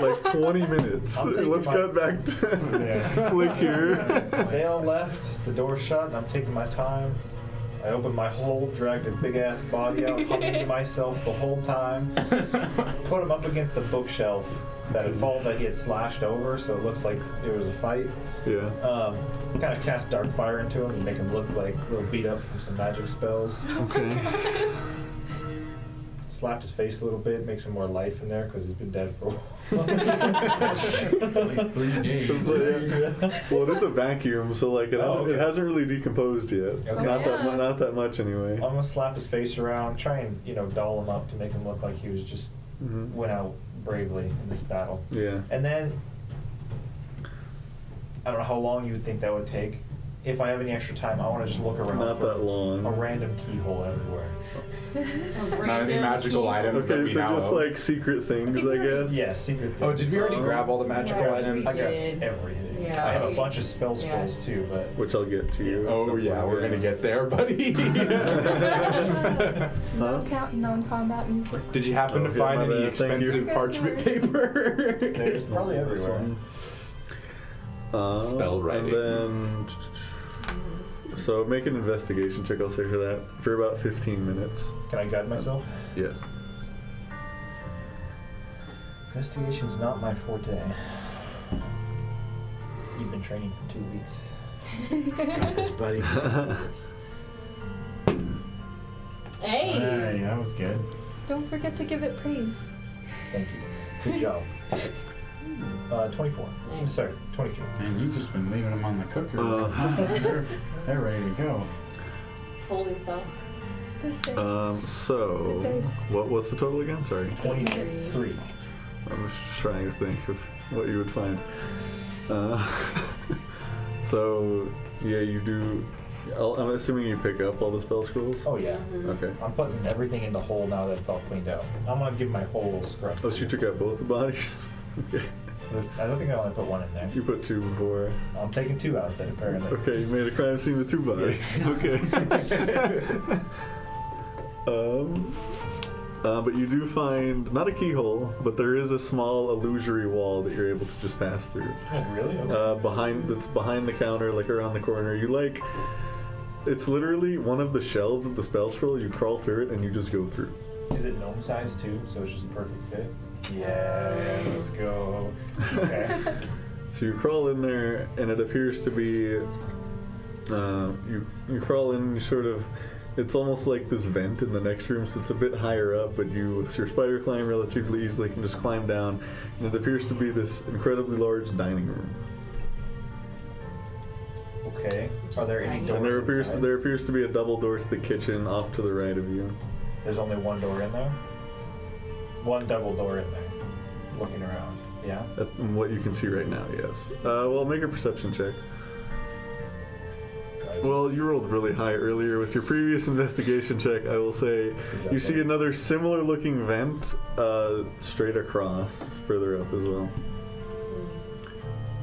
A: like 20 minutes?
G: I'm taking
A: Let's
G: my-
A: cut back to flick here.
G: They all left. The door shut. and I'm taking my time. I opened my hole, dragged a big ass body out, hugging to myself the whole time. Put him up against the bookshelf that had fallen, that he had slashed over, so it looks like there was a fight.
A: yeah.
G: Um, kind of cast dark fire into him to make him look like a little beat up from some magic spells.
A: Okay.
G: Slapped his face a little bit, make some more life in there because he's been dead for a while.
E: like three days.
A: So, yeah. Well, it is a vacuum, so like it
G: Oh,
A: hasn't, it
G: okay.
A: hasn't really decomposed yet.
G: Okay.
A: Not
D: Yeah.
A: that mu- not that much anyway.
G: I'm gonna slap his face around, try and you know doll him up to make him look like he was just
A: Mhm.
G: went out bravely in this battle.
A: Yeah.
G: And then I don't know how long you would think that would take, if I have any extra time, I want to just look around.
A: Not
G: for
A: that long.
G: A random keyhole everywhere.
B: Not any magical items that
A: Okay,
B: we
A: so
B: now
A: just
B: own.
A: like uh, secret things, I guess.
G: Yeah, secret things.
B: Oh, did we already grab all the magical
G: Yeah,
B: items?
G: I got
H: did.
G: everything.
H: Yeah,
G: I have a
H: we-
G: bunch of spell
H: yeah.
G: scrolls too, but
A: Which I'll get to you. at
B: Oh
A: some
B: yeah,
A: point,
B: we're gonna get there, buddy.
A: Huh?
F: No count, non-combat music.
B: Did you happen
A: Oh,
B: to
A: yeah,
B: find
A: my
B: any
A: bad, thank you.
B: expensive parchment paper?
G: there's probably
A: This
G: everywhere.
A: one. Uh,
B: Spell writing.
A: And then, so make an investigation check. I'll say for that for about 15 minutes.
G: Can I guide myself?
A: Yes.
G: Investigation's not my forte. You've been training for two weeks.
B: buddy.
D: Hey!
E: Hey, that was good.
F: Don't forget to give it praise.
G: Thank you. Good job. Uh, 24.
H: Nice.
G: Sorry, 23.
E: And you've just been leaving them on the cooker. all
A: Uh.
E: the time. They're, they're ready to go.
H: Holding cell.
F: This dice.
A: Um, so,
F: Good dice.
A: what was the total again? Sorry,
G: 23.
A: I'm just trying to think of what you would find. Uh, so, yeah, you do. I'll, I'm assuming you pick up all the spell scrolls.
G: Oh, yeah.
A: Okay.
G: I'm putting everything in the hole now that it's all cleaned out. I'm gonna give my hole a scrub.
A: Oh, so you took out both the bodies. okay.
G: I don't think I only put one in there.
A: You put two before.
G: I'm taking two out then, apparently.
A: Okay, you made a crime scene with two bodies. Okay. um, uh, but you do find not a keyhole, but there is a small illusory wall that you're able to just pass through.
G: Oh, really? Okay.
A: Uh, behind that's behind the counter, like around the corner. You like, it's literally one of the shelves of the spell scroll. You crawl through it and you just go through.
G: Is it gnome size too? So it's just a perfect fit? Yeah, let's go. Okay.
A: So you crawl in there, and it appears to be. Uh, you you crawl in, and you sort of. It's almost like this vent in the next room, so it's a bit higher up. But you, with your spider climb, relatively easily can just climb down, and it appears to be this incredibly large dining room.
G: okay. Are there any doors?
A: and there appears to,
G: inside?
A: there appears to be a double door to the kitchen off to the right of you.
G: There's only one door in there? One double door in there. Looking around. Yeah.
A: At what you can see right now, yes. Uh, well, make a perception check. Well, you rolled really high earlier with your previous investigation check. I will say, you see another similar-looking vent uh, straight across, further up as well.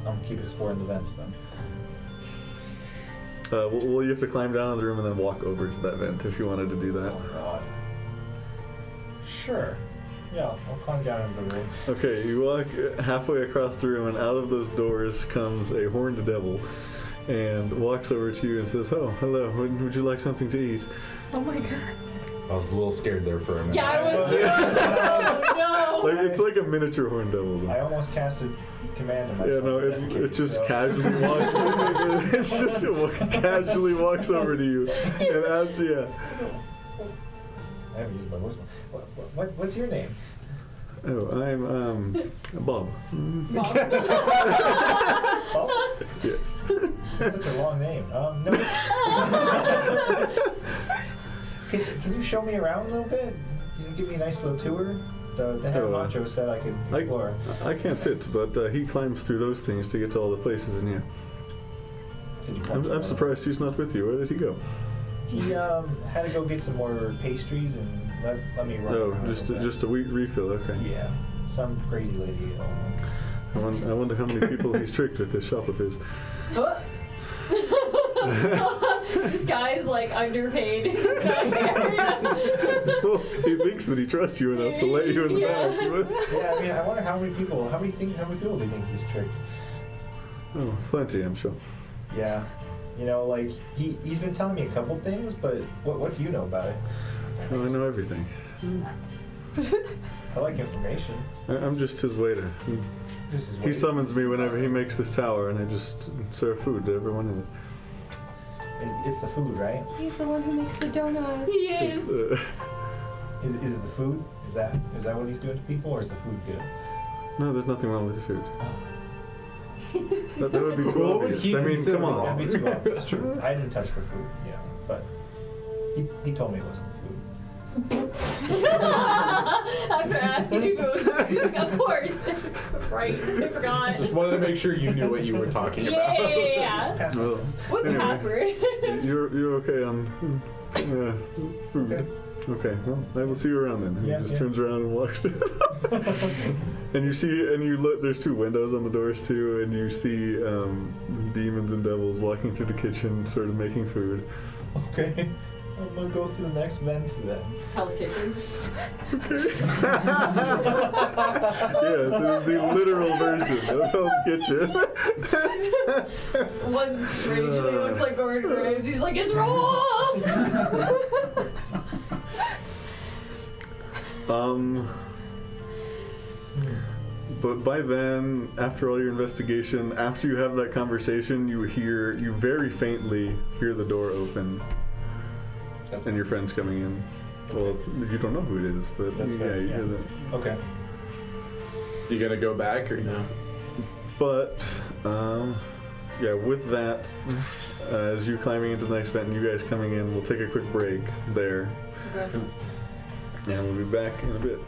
G: I'm keep exploring the vents then.
A: Uh, well, well, you have to climb down in the room and then walk over to that vent if you wanted to do
G: Oh
A: that.
G: god. Sure. Yeah, I'll climb down into the room.
A: Okay, you walk halfway across the room, and out of those doors comes a horned devil, and walks over to you and says, "Oh, hello. Would, would you like something to eat?"
F: oh my god.
B: I was a little scared there for a minute.
D: Yeah, I was too. no!
A: Like it's like a miniature horned devil.
G: I almost casted command on myself.
A: Yeah, no,
G: to
A: it,
G: navigate,
A: it just
G: so-
A: casually walks. it's just it wa- casually walks over to you and asks, "Yeah,
G: I haven't used my voice. What, what, what's your name?
A: oh, I'm um, Bob."
G: Oh,
A: Yes.
G: such a long name. Um, no. can, can you show me around a little bit? Can you give me a nice little tour? The, the head
A: Oh, uh,
G: macho said I could
A: I,
G: explore.
A: I can't fit, but uh, he climbs through those things to get to all the places in here.
G: Can you point
A: I'm,
G: to
A: I'm
G: my-
A: surprised he's not with you. Where did he go?
G: He um, had to go get some more pastries and let, let me run.
A: No,
G: around a
A: Oh, just
G: little bit.
A: just a wee refill. Okay.
G: Yeah, some crazy lady. um,
A: I, wonder, I wonder how many people he's tricked with this shop of his.
D: this guy's like underpaid. in his own area.
A: well, he thinks that he trusts you enough to let you in the
D: Yeah.
A: back.
G: Yeah, I mean, I wonder how many people, how many think, how many people do you think he's tricked?
A: Oh, plenty, I'm sure.
G: Yeah, you know, like he he's been telling me a couple things, but what what do you know about it?
A: Oh, I know everything.
G: I like information.
A: I, I'm just his waiter. He
G: This is
A: He summons me whenever he makes this tower, and I just serve food to everyone in it.
G: It's, it's the food, right?
F: He's the one who makes the donuts.
D: he is.
A: Uh,
G: Is, is it the food? Is that is that what he's doing to people, or is the food good?
A: no, there's nothing wrong with the food. That, that would be too
B: What would
A: obvious.
B: he
A: I mean,
B: consider
A: come
B: wrong?
A: on.
G: That'd be too obvious. True. I didn't touch the food. Yeah, but he, he told me it wasn't the food.
D: After asking if it was music, of course. right, I forgot.
B: Just wanted to make sure you knew what you were talking
D: Yeah,
B: about.
D: yeah, yeah, yeah.
G: Pass
A: Well,
D: What's the
A: Anyway.
D: password?
A: you're you're okay on. Uh, okay. okay. Well, I will see you around then. And
G: Yeah,
A: he just
G: yeah.
A: turns around and walks. and you see, and you look. There's two windows on the doors too, and you see um, demons and devils walking through the kitchen, sort of making food.
G: Okay. I'm gonna go through the next vent then.
D: Hell's Kitchen.
A: Yes, it is the literal version of Hell's Kitchen.
D: One strangely looks like Gordon Graves. He's like, it's wrong!
A: Um. But by then, after all your investigation, after you have that conversation, you hear, you very faintly hear the door open and your friend's coming in. Well, you don't know who it is, but
G: That's
A: yeah,
G: fair,
A: you
G: yeah.
A: hear that.
G: Okay.
B: You gonna go back or no?
A: But, um, yeah, with that, uh, as you climbing into the next vent and you guys coming in, we'll take a quick break there.
D: Okay.
A: And we'll be back in a bit.